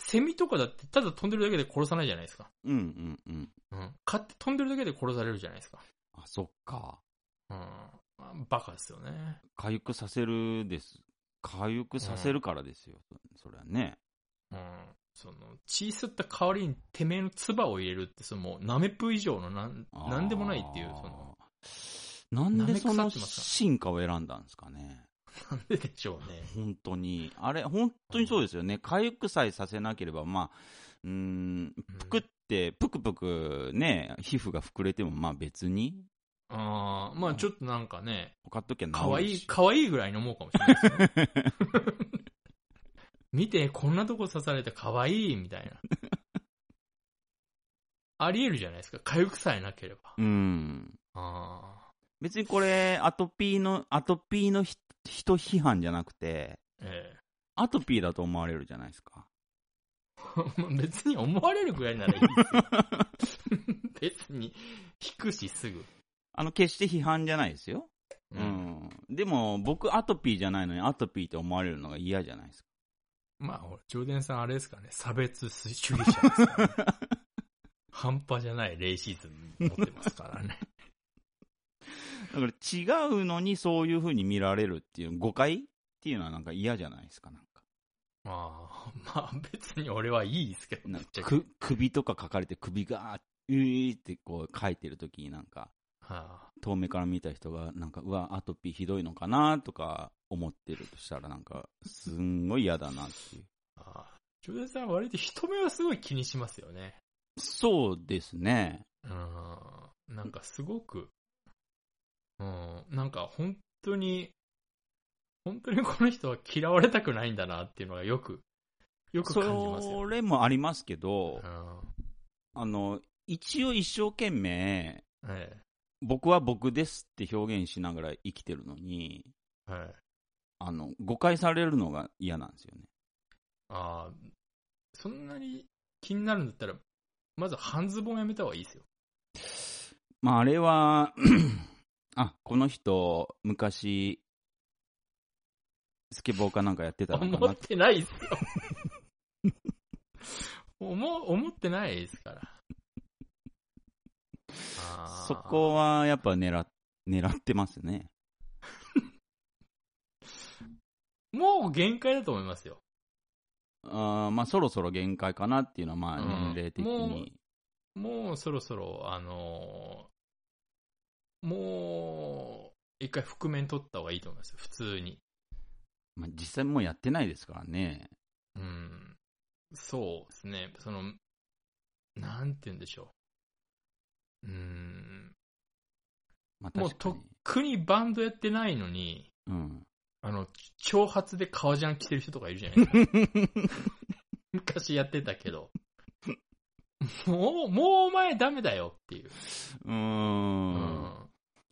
セミとかだってただ飛んでるだけで殺さないじゃないですか。
うんうんうん。
うん。買って飛んでるだけで殺されるじゃないですか。
あ、そっか。
うん。まあバカですよね。
かゆくさせるです。かゆくさせるからですよ。それはね。
うん、その、血吸った代わりにてめえの唾を入れるって、そのもう、ナメプ以上のなん、
あー
なんでもないっていう、その、。
なんでそ
舐め
の
腐ってますか
進化を選んだんですかね。
なんででしょうね。
本当に。あれ、本当にそうですよね。かゆくさえさせなければ、まあ、うーん、ぷくって、ぷくぷくね、皮膚が膨れても、まあ別に、
あーまあちょっとなんかね、
他っときゃ治るし。
可愛い可愛いぐらいに思うかもしれないですね。見て、こんなとこ刺されて可愛いみたいな。 ありえるじゃないですか。痒くさえなければ。
うん。
ああ。
別にこれ、アトピーの、アトピーのひ人批判じゃなくて、
え
アトピーだと思われるじゃないですか。
え別に思われるぐらいならいい ですよ別に、引くしすぐ。
あの、決して批判じゃないですよ。う。ん。でも、僕、アトピーじゃないのに、アトピーって思われるのが嫌じゃないですか。
まあ、ジョーデンさんあれですからね、差別主義者ですからね。 半端じゃないレイシーズン持ってますからね。
だから、違うのにそういう風に見られるっていう、誤解っていうのはなんか嫌じゃないですか、なんか。
まあ、まあ別に俺はいいですけど、
な
ぶっ
んか
ちゃけ。
く首とか書かれて首が、うーってこう書いてる時になんか、
は
遠目から見た人が、なんか、うわ、アトピーひどいのかなとか思ってるとしたら、なんか、すんごい嫌だなっていう。
あああジョーデンさんは割と人目はすごい気にしますよね。
そうですね。
うん。なんかすごく、うん。なんか本当に、本当にこの人は嫌われたくないんだなっていうのがよく、よく感じます
そ
よ、ね。
れもありますけど
う、ん。
あの、一応一生懸命、
え
僕は僕ですって表現しながら生きてるのに、
え。はい。
あの、誤解されるのが嫌なんですよね。
ああ、そんなに気になるんだったら、まず半ズボンやめた方がいいですよ。
まあ、あれは、 あ、この人、昔、スケボーかなんかやってたのか
思
な
っ
って
ないですよ。 思、思ってないですから。あー
そこはやっぱ狙っ狙ってますね。
もう限界だと思いますよ。
あーまあ、そろそろ限界かなっていうのは、まあ、
うん
年齢的に。
もうそろそろ、あのーもう、一回覆面取った方がいいと思いますよ普通に。
まあ、実際もうやってないですからね。
うん。そうですね。その、なんて言うんでしょう。うん。
まあ、
もう
確か
とっ
に。
くにバンドやってないのに、
うん。
あの、長髪で革ジャン着てる人とかいるじゃないですか。 昔やってたけど。もう、もうお前ダメだよっていう。
うー。
うん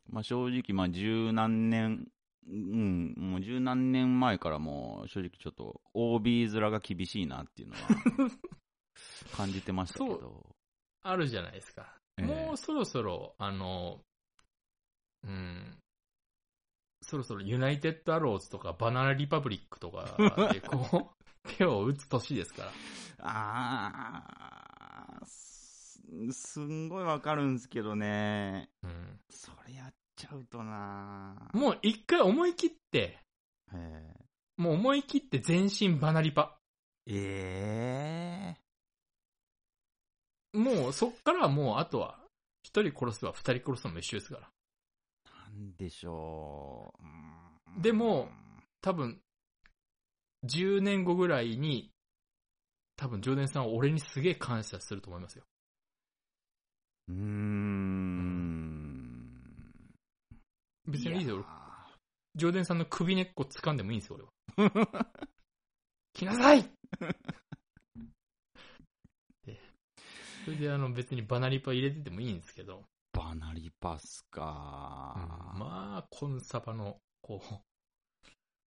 まあ、正直、まあ、十何年、うん、もう十何年前からもう、正直ちょっと、OB 面が厳しいなっていう のは、感じてましたけど。
あるじゃないですか。
ええ
もうそろそろ、あの、うん、そろそろユナイテッドアローズとかバナナリパブリックとかでこう、手を打つ年ですから。
あー、すすんごいわかるんですけどね。
うん、
それやっちゃうとな
もう一回思い切って、
え
もう思い切って全身バナリパ。
ええ
もうそっからはもうあとは、一人殺すは二人殺すのも一緒ですから。
なんでしょううーん。
でも多分、10年後ぐらいに、多分、ジョーデンさんは俺にすげえ感謝すると思いますよ。
うーん。
別にいいですよ
や、
ジョーデンさんの首根っこ掴んでもいいんですよ、俺は。 来な さいでそれで、あの、別にバナリパ入れててもいいんですけど、
バナリパスか、
まあ、コンサバの、こう、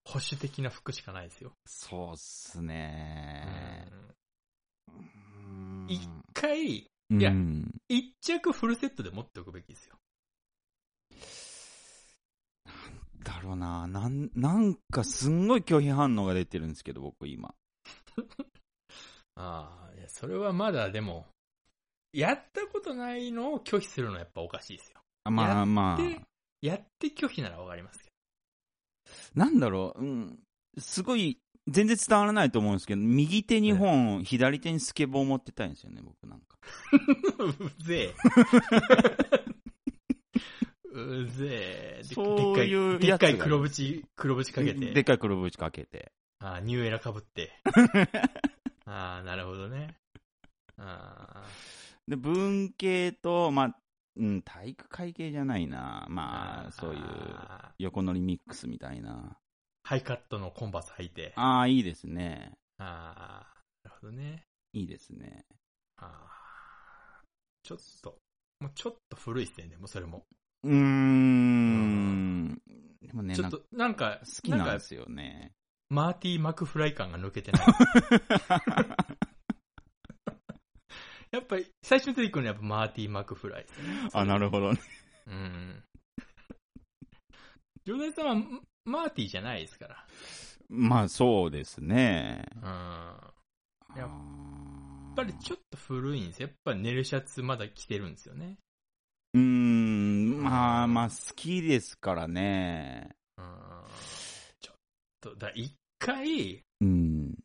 保守的な服しかないですよ。
そうっすね。うーん
一回、
うん
いや一着フルセットで持っておくべきですよ。
だろうな。なん、なんかすんごい拒否反応が出てるんですけど、僕今。
ああ、いや、それはまだでも、やったことないのを拒否するのはやっぱおかしいですよ。
あま
や
あまあ。
で、やって拒否ならわかりますけ
なんだろう、うん、すごい、全然伝わらないと思うんですけど、右手に本、左手にスケボー持ってたいんですよね、僕なんか。
ど。う ぜえ。うぜえ。で
そういう
でっ
やつ
か
が
い、でっかい黒縁、黒縁かけ、
でってかい黒縁かけて。
ああニューエラかぶっ て。ああ、なるほどね。あ
で、文系と、まあ、うん、体育会系じゃないな。
あ
まあ、そういう、
ああ
横乗りミックスみたいな。
ハイカットのコンバース履いて。あ
ああ、いいですね。
あ、なるほどね。
いいですね。
あーちょっと、もうちょっと古いっすね、でもそれも。
うーん。でもね、
ちょ
な
っ
んか
と、なんか
好、きなん
な
で
んか
すよね。
マーティー・マクフライ感が抜けてない。やっぱり、最初に出てくるのはやっぱマーティー・マクフライですね。
あ、なるほどね。
うん。ジョーダンさんはママーティーじゃないですから。
まあ、そうですね。
うん。ややっ
っ
っぱりちょっと古いんですよ。やっぱ寝るシャツまだ着てるんですよね。
うーん、まあまあ、好きですからね。
うん。ちょっと、だ、一回、
うん。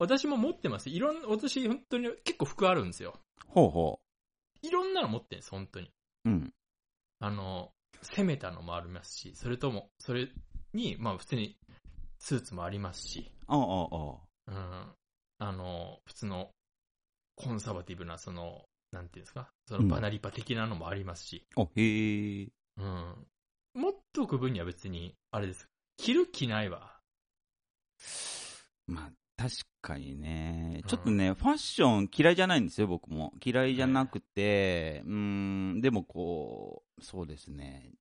私も持ってます。いろんな、私本当に結構服あるんですよ。
ほうほ
いろんなの持ってるんです、本当に。
う。うん。
あの、攻めたのもありますし、それとも、それに、まあ普通にスーツもありますし、
ああ、ああ、
うん。あの、普通のコンサバティブな、その、なんていうんですか、そのバナリパ的なのもありますし、
ああ。あ、へえ。
うん。持っとく分には別に、あれです。着る着ないは。
まあ、確かにね。ちょっとね、ファッション嫌いじゃないんですよ、僕も。嫌いじゃなくて、うーん、でもこう、そうですね。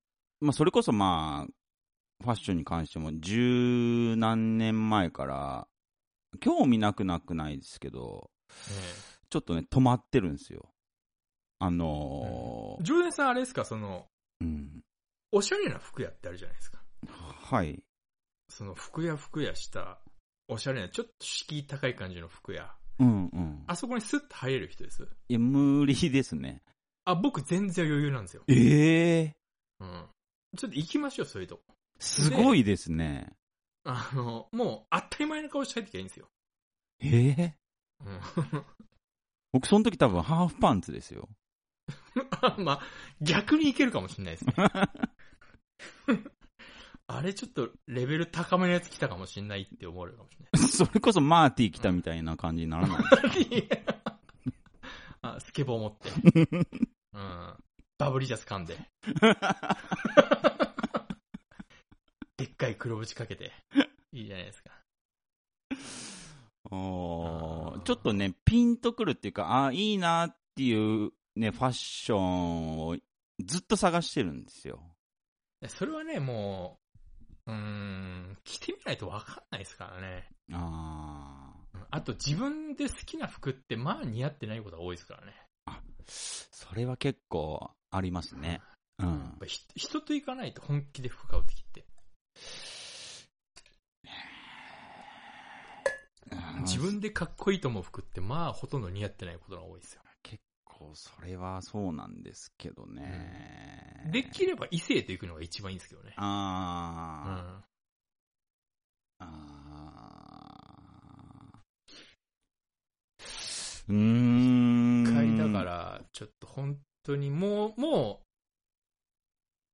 まあ、それこそまあ、ファッションに関しても、十何年前から、興味なくなくないですけど、ちょっとね、止まってるんですよ。あのー
ジョーダンさんあれですか、その、
うん。
おしゃれな服屋ってあるじゃないですか。
はい。
その服屋服屋した、おしゃれな、ちょっと敷居高い感じの服屋。
うんうん。
あそこにスッと入れる人です。
いや、無理ですね。
あ、僕全然余裕なんですよ。
ええ
うん。ちょっと行きましょう、そういうとこ。
すごいですね。
あの、もう当たり前の顔して入ってきゃいいんですよ。
ええ
うん。
僕、その時多分ハーフパンツで すよ。
まあ、逆にいけるかもしれないですね。あれちょっとレベル高めのやつ来たかもしれないって思われるかもしれ
それこそマーティー来たみたいな感じにな らない。
ない。あスケボー持って。うん。バブリジャス噛んで。でっかい黒縁かけて。いいじゃないですか。
お
あー
ーちょっとね、ピンとくるっていうか、あーいいなっていうね、ファッションをずっと探してるんですよ。
いやそれはね、もう、うーん、着てみないとわかんないですからね。う
あ
んあと自分で好きな服ってまあ似合ってないことが多いですからね。
ーそれは結構ありますね。う
や
ん
っ。ぱひ人と行かないと本気で服買うときって。 自分でかっこいいと思う服ってまあほとんど似合ってないことが多いですよ。
こうそれはそうなんですけどね。
できれば異性と行くのが一番いいんですけどね。う
あ
ん。
ー、あーうーん。
一回だから、ちょっと本当にもう、も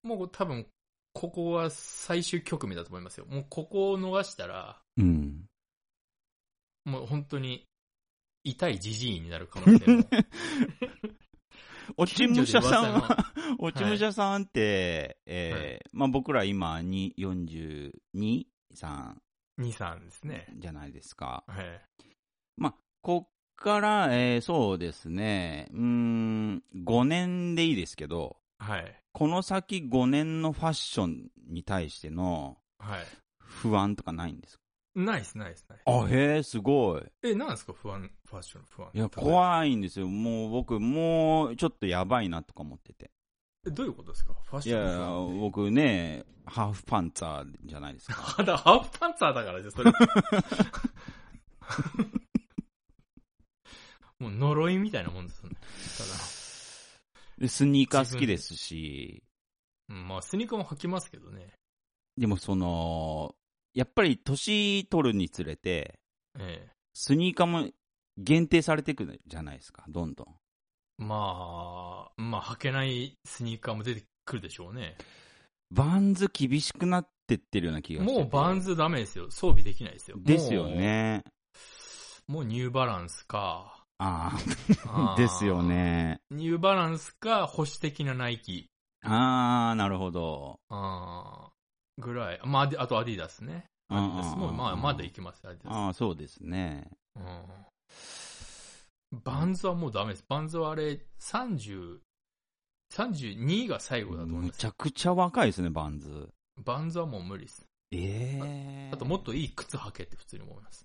う、もう多分、ここは最終局面だと思いますよ。もうここを逃したら、
うん。
もう本当に、痛いじじいになるかもし れない。
落ち武
近所で
者さん
噂の
は、落ち武者さんって、えーまあ僕ら今に42、3
2、3ですね。
じゃないですか。
はい。
まあ、こっから、えーそうですね、うーん、5年でいいですけど、
はい。
この先5年のファッションに対しての
はい。
不安とかないんですか
ナイスナイスナイス。
あ、へえ、すごい。
え、なんですか不安、ファッションの不安。
いや、
い。
怖いんですよ。もう僕、もうちょっとやばいなとか思ってて。
えどういうことですかファッ
い
ショ
や
ンの不、安って。
僕ね、ハーフパンツァーじゃない ですか。
ただ、ハーフパンツァーだから です、それ。もう呪いみたいなもんですよね。
でスニーカー好きですし、
ただ、うん、まあ、スニーカーも履きますけどね。
でもその、やっぱり年取るにつれて、
え
スニーカーも限定されていくじゃないですか、どんどん。
え。まあ、まあ、履けないスニーカーも出てくるでしょうね。
バンズ厳しくなってってるような気がしてて
もうバンズダメですよ。装備できないですよ。
ですよね。
もう。もうニューバランスか。
あ
あ
あ、
ー
ですよ。ね。
ニューバランスか、保守的なナイキ。
ああ、なるほど。
あーぐらい。まあアディ、あとアディダスね。
うん
ア
うん
デ
うん
ィダスも、まあ、まだいきますよ、アディダ
ああ、そうですね。
ス。うん。バンズはもうダメです。バンズはあれ、30、32が最後だと思い
む
ます
ち。ゃくちゃ若いですね、バンズ。
バンズはもう無理です。
ええ
あともっといい 靴履けって普通に思います。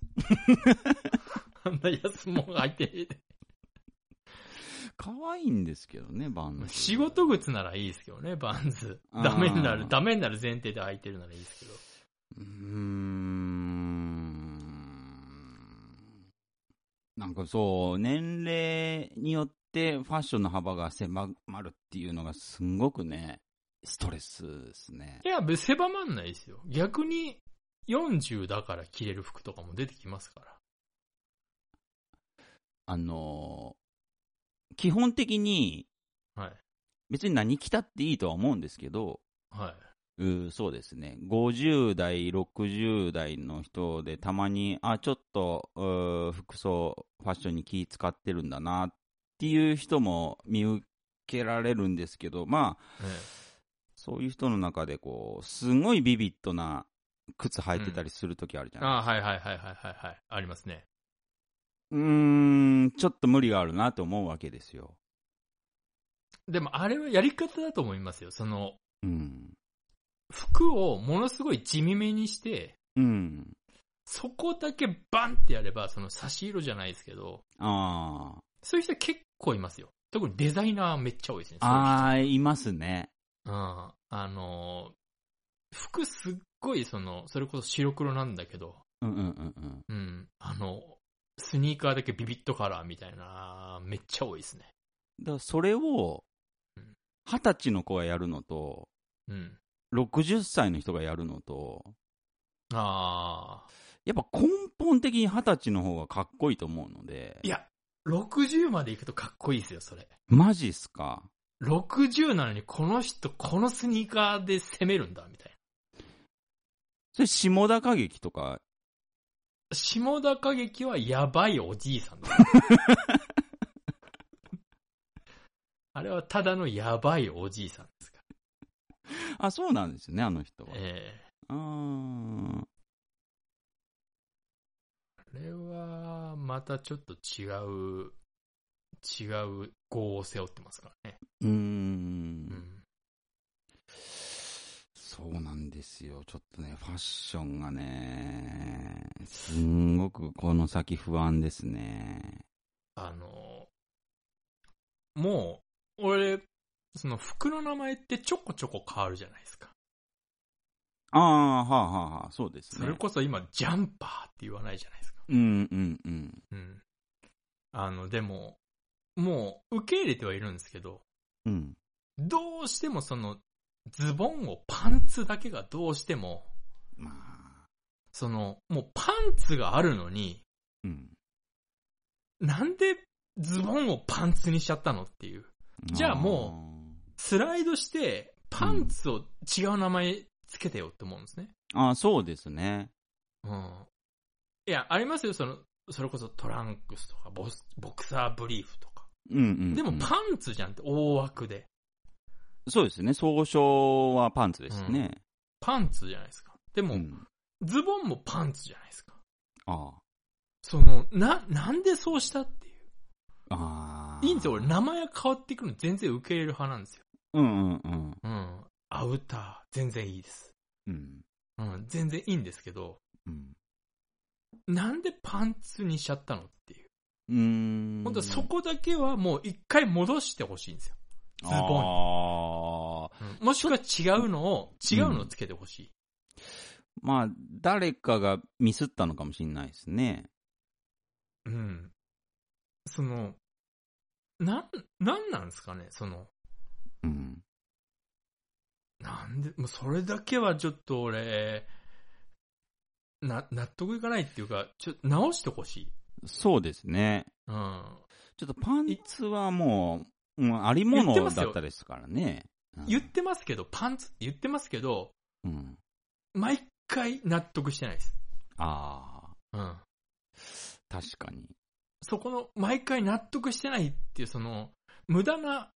あんな安物履いて、
可愛いんですけどね、バンズ。
仕事靴ならいいですけどね、バンズ。
あー
ダメになる、ダメになる前提で履いてるならいいですけど。
うーん。なんかそう、年齢によってファッションの幅が狭まるっていうのがすんごくね、ストレスですね
い。や、別に狭まんないですよ。逆に、40だから着れる服とかも出てきますから。
あのー基本的に
はい。
別に何着たっていいとは思うんですけど、
は
うーそうですね。50代、60代の人でたまに、あ、ちょっと、うー服装、ファッションに気使ってるんだなっていう人も見受けられるんですけど、まあ、
い。ね
そういう人の中で、こう、すごいビビッドな靴履いてたりするときあるじゃない
あ
で
あ、はいはいはいはいはいはい。ありますね。
すか。うーん、ちょっと無理があるなと思うわけですよ。
でも、あれはやり方だと思いますよ。その、
うん。
服をものすごい地味めにして、
うん。
そこだけバンってやれば、その差し色じゃないですけど、
あー
そういう人結構いますよ。特にデザイナーめっちゃ多いですね。そういう人
あー、いますね。
うん。あのー、服すっごいその、それこそ白黒なんだけど、
うんうんうんうん。
うん。あの、スニーカーだけビビットカラーみたいな、めっちゃ多いですね。
だからそれを
うん、
二十歳の子がやるのと、
うん。
60歳の人がやるのと、
あ
やっぱ根本的に二十歳の方がかっこいいと思うので、
ー。いや、60まで行くとかっこいいですよ、それ。
マジっすか。
60なのにこの人、このスニーカーで攻めるんだ、みたいな。
それ、下田歌劇とか、
下田歌劇はやばいおじいさんだ。あれはただのやばいおじいさんですから。
あ、そうなんですよね、あの人は。
ええ
うーん。
これは、またちょっと違う、違う業を背負ってますからね。
うー。
うんん。
そうなんですよ。ちょっとね、ファッションがね、すんごくこの先不安ですね。
あの、もう、俺、その服の名前ってちょこちょこ変わるじゃないですか。
ああ、はあはあはあ、そうですね。
それこそ今、ジャンパーって言わないじゃないですか。
うんうんうん。
うん。あの、でも、もう、受け入れてはいるんですけど、
うん。
どうしてもその、ズボンをパンツだけがどうしても、
まあ、
その、もうパンツがあるのに、
うん。
なんでズボンをパンツにしちゃったのっていう。じゃあもスライドして、パンツを違う名前つけてよって思うんですね。
う。ああ、そうですね。
うん。いや、ありますよ、その、それこそトランクスとかボス、ボクサーブリーフとか。
うんうん、うん。
でもパンツじゃんって大枠で。
そうですね。総称はパンツですね。
パンツじゃないですか。で
うん。
も、ズボンもパンツじゃないですか。
あ
その、な、なんでそうしたっていう。
あ。ああ。
いいんですよ、俺、名前が変わってくるの全然受け入れる派なんですよ。
うんうんうん。
うん。アウター、全然いいです。
うん。
うん、全然いいんですけど、
うん。
なんでパンツにしちゃったのっていう。
うーん。
本当そこだけはもう一回戻してほしいんですよ。ズボン
ボン。ああ。
うんもしくは違うのを、違うのをつけてほしい。
まあ、誰かがミスったのかもしれないですね。
うん。その、なん、なんなんですかね、その、
うん。
なんで、もうそれだけはちょっと俺、な、納得いかないっていうか、ちょ、直してほしい。
そうですね。
うん。
ちょっとパンツはもう、うん、ありも
言ってま
の
すよ
だったですからね。うん
言ってますけど、パンツって言ってますけど、
うん。
毎回納得してないです。
ああ。
うん。
確かに。
そこの、毎回納得してないっていう、その、無駄な、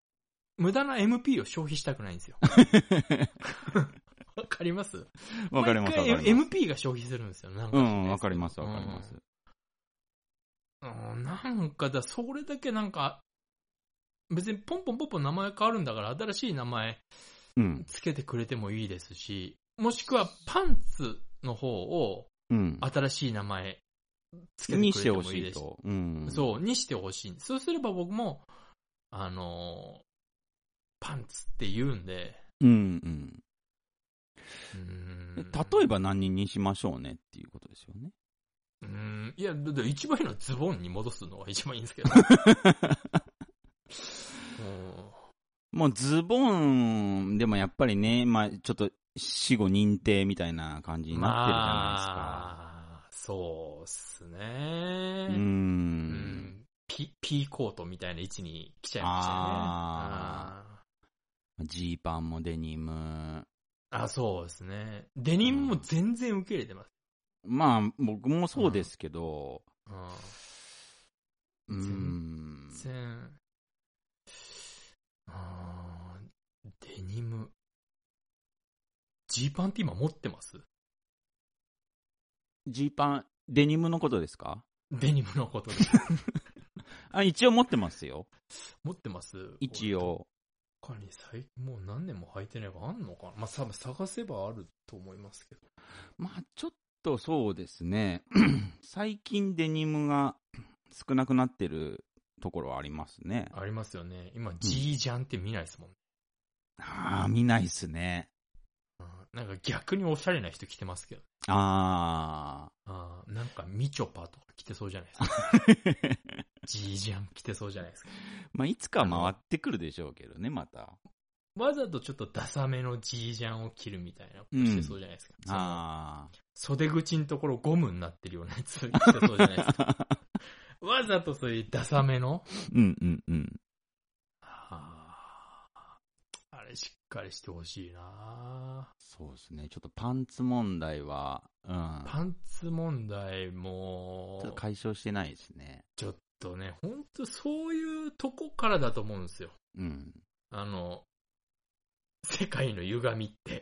無駄な MP を消費したくないんです よ。わかります
わかりますわかり
毎
ま
回
す。
MP が消費するんですよ。なんか
う
知らないですけど
ん、わかりますわかります。。
うんなんかだ、それだけなんか、別にポンポンポンポン名前変わるんだから、新しい名前
うん。
つけてくれてもいいですし、もしくはパンツの方を
うん。
新しい名前つけてくれ
にして
て
ほ
もいい
し
で
い
すし、
と。うん。
そう、にしてほしい。そうすれば僕も、あのーパンツって言うんで、
うんうん。
うーん
例えば何にしましょうねっていうことですよね。
うーん、いや、だだ一番いいのはズボンに戻すのが一番いいんです けど。
もうズボン、でもやっぱりね、まあちょっと死後認定みたいな感じ
うん
にな
まあ、そうっす
って
ね
るじゃないですか。う。。
うんん。ピ、ピーコートみたいな位置に来ちゃいましたね。
あジーパンもデニム。
あーあ、そうですね。デニムも全然受け入れてます。
まあ僕もそうですけど、
うんう
う
ん
ん。
全然、あーデニム。ジーパンって今持ってます
ジーパン、デニムのことですか
デニムの ことで。
あ、一応持ってますよ。
持ってます
一。応。
他に最近もう何年も履いてないからあんのかなまあ、多分探せばあると思いますけど。
まあちょっとそうですね。 最近デニムが少なくなってるところはありますね。
ありますよね。今、G ジャンって見ないですもんね。
ああ、見ないっすね。
うんなんか逆におしゃれな人着てますけど。
あ
あーなんかみちょぱとか着てそうじゃないですか。
あ。
G ジャン着てそうじゃないですか。
まあ、いつか回ってくるでしょうけどね、また。
わざとちょっとダサめの G ジャンを着るみたいなことしてそうじゃないですか。その
あ
袖口のところゴムになってるようなやつ着てそうじゃないです か。わざとそういうダサめの
あ。うんうんうん。
あーあれしっかりしてほしいな
そうですね。ちょっとパンツ問題は、うん。
パンツ問題も
ちょっと、解消してないですね。
ちょっとね、ほんとそういうとこからだと思うんですよ。
うん。
あの、世界の歪みって。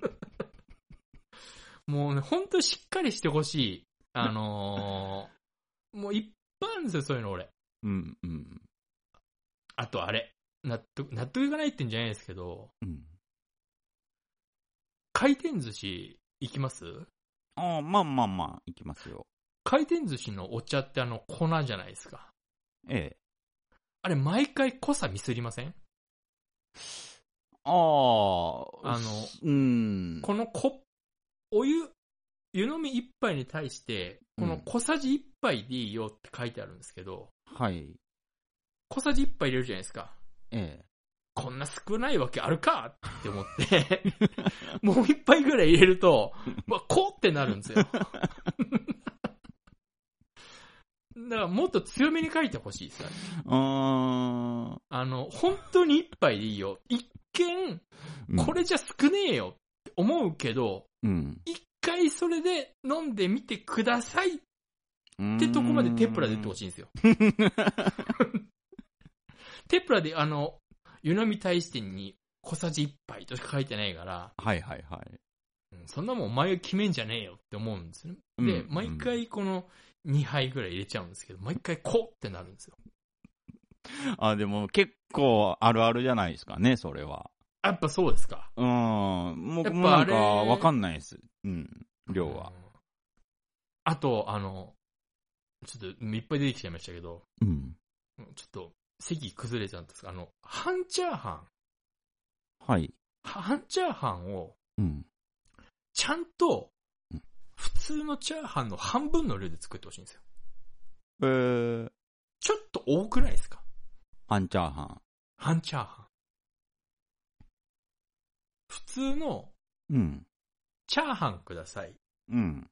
もうね、ほんとしっかりしてほしい。あのーもういっぱいあるんですよ、そういうの俺。
うんうん。
あとあれ。納得、納得いかないってんじゃないですけど、
うん。
回転寿司行きます
ああ、まあまあまあ、いきますよ。
回転寿司のお茶ってあの粉じゃないですか。
ええ。
あれ毎回濃さミスりません
ああ、
あの
うん。
このこ、お湯、湯飲み一杯に対して、この小さじ一杯でいいよって書いてあるんですけど、
はい。
小さじ一杯入れるじゃないですか。
ええ。
こんな少ないわけあるかって思って、もう一杯ぐらい入れると、うわ、こうってなるんですよ。だからもっと強めに書いてほしいです。
あ
あの、本当に一杯でいいよ。一見、
あ。
これじゃ少ねえよって思うけど、
うん、
一回それで飲んでみてくださいっ
うん。
てとこまでテプラで言ってほ
しい。
しいんです よ。テプラであの、湯飲み大視点に小さじ一杯としか書いてないから、
はいはいはい。
うんそんなもんお前が決めんじゃねえよって思うんですね。
うん
で、毎。回この2杯ぐらい入れちゃうんですけど、毎回こうってなるんですよ。
あ、でも結構あるあるじゃないですかね、それは。
やっぱそうですか。
うん。僕も
やっぱあ
なんか
れ
わかんないです。うん。量は。
うん。あと、あの、ちょっといっぱい出てきちゃいましたけど、
うん。
ちょっと席崩れちゃうんですが、あの、半チャーハン、
はい。
半チャーハンを
うん。
ちゃんと
うん
普通のチャーハンの半分の量で作ってほしいんですよ。
えー、
ちょっと多くないですか
半チャーハン。
半チャーハン。普通の
うん。
チャーハンください。
うん。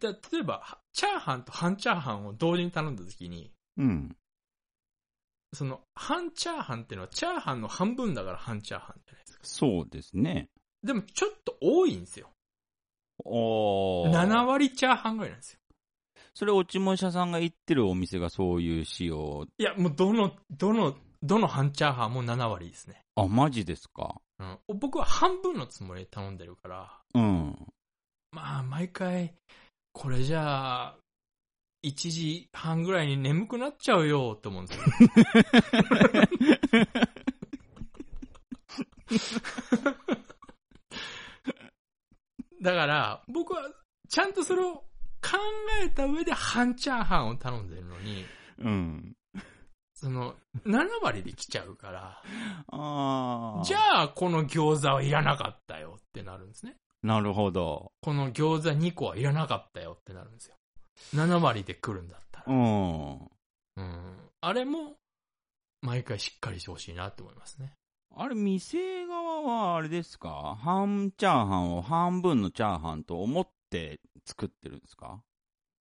だ例えば、はチャーハンと半チャーハンを同時に頼んだ時に、
うん。
その、半チャーハンっていうのは、チャーハンの半分だから半チャーハンじゃないですか。
そうですね。
でも、ちょっと多いんですよ。
おー
7割チャーハンぐらいなんですよ。
それ、落ち武者さんが行ってるお店がそういう仕様。
いや、もう、どの、どの、どの半チャーハンも7割ですね。
あ、マジですか。
うん。僕は半分のつもりで頼んでるから、
うん。
まあ、毎回、これじゃあ、1時半ぐらいに眠くなっちゃうよ、と思うんですよ。だから、僕は、ちゃんとそれを考えった上で半チャーハンを頼んでるのに、
うん。
その、7割で来ちゃうから、
ああ。
じ
あ。
ゃあこの餃子はいらなかったよってなるんですね。
なるほど。
この餃子2個はいらなかったよってなるんですよ。7割で来るんだった
う
ら。
ん。
うん。あれも、毎回しっかりしてほしいなって思いますね。
あれ、店側はあれですか半チャーハンを半分のチャーハンと思って作ってるんですか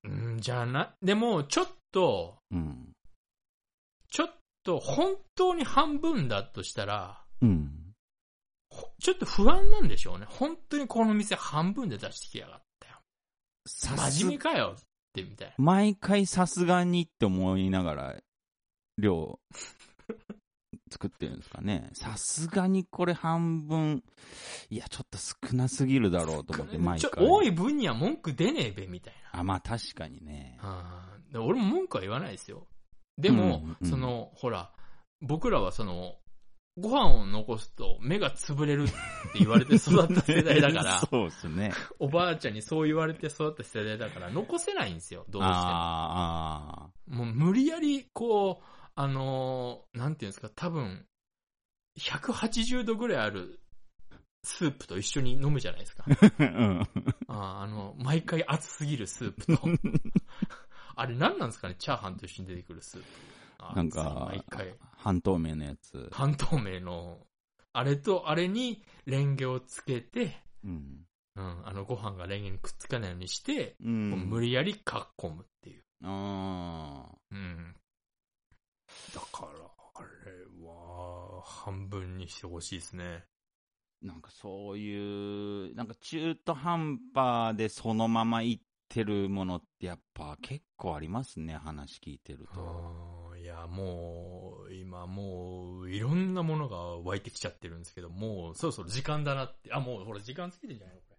うん、じゃあな、でも、ちょっと、
うん。
ちょっと、本当に半分だとしたら、
うん。
ほちょっと不安なんでしょうね。本当にこの店半分で出してきやがったよ。
さ
真
す
面目かよって、みたいな。
毎回さすがにって思いながら、量、 作ってるんですかね。さすがにこれ半分、いや、ちょっと少なすぎるだろうと思って、毎
ちょ
回。
多い分には文句出ねえべ、みたいな。
あ、まあ確かにね。
あーで俺も文句は言わないですよ。でも、
うんうん
その、ほら、僕らはその、ご飯を残すと目が潰れるって言われて育った世代だから、
そうですね。
おばあちゃんにそう言われて育った世代だから、残せないんですよ、どうしても。
あ
もう無理やり、こう、あのーなんていうんですか、多分、180度ぐらいあるスープと一緒に飲むじゃないですか。
ーあー。
あーあの、毎回熱すぎるスー プと。あれ何なんですかねチャーハンと一緒に出てくるスープ。あー
なんか
毎回、
半透明のやつ。
半透明の、あれとあれにレンゲをつけて、
うん。
うん、あのご飯がレンゲにくっつかないようにして、
う。
こうん無理やりかっこむっていう。
あ
うん。だから、あれは、半分にしてほしいですね。
ーなんかそういう、なんか中途半端でそのままいってるものってやっぱ結構ありますね、話聞いてると。
いや、もう、今もう、いろんなものが湧いてきちゃってるんですけど、もう、そろそろ時間だなって。あ、もう、ほら、時間過ぎてんじゃないのこれ。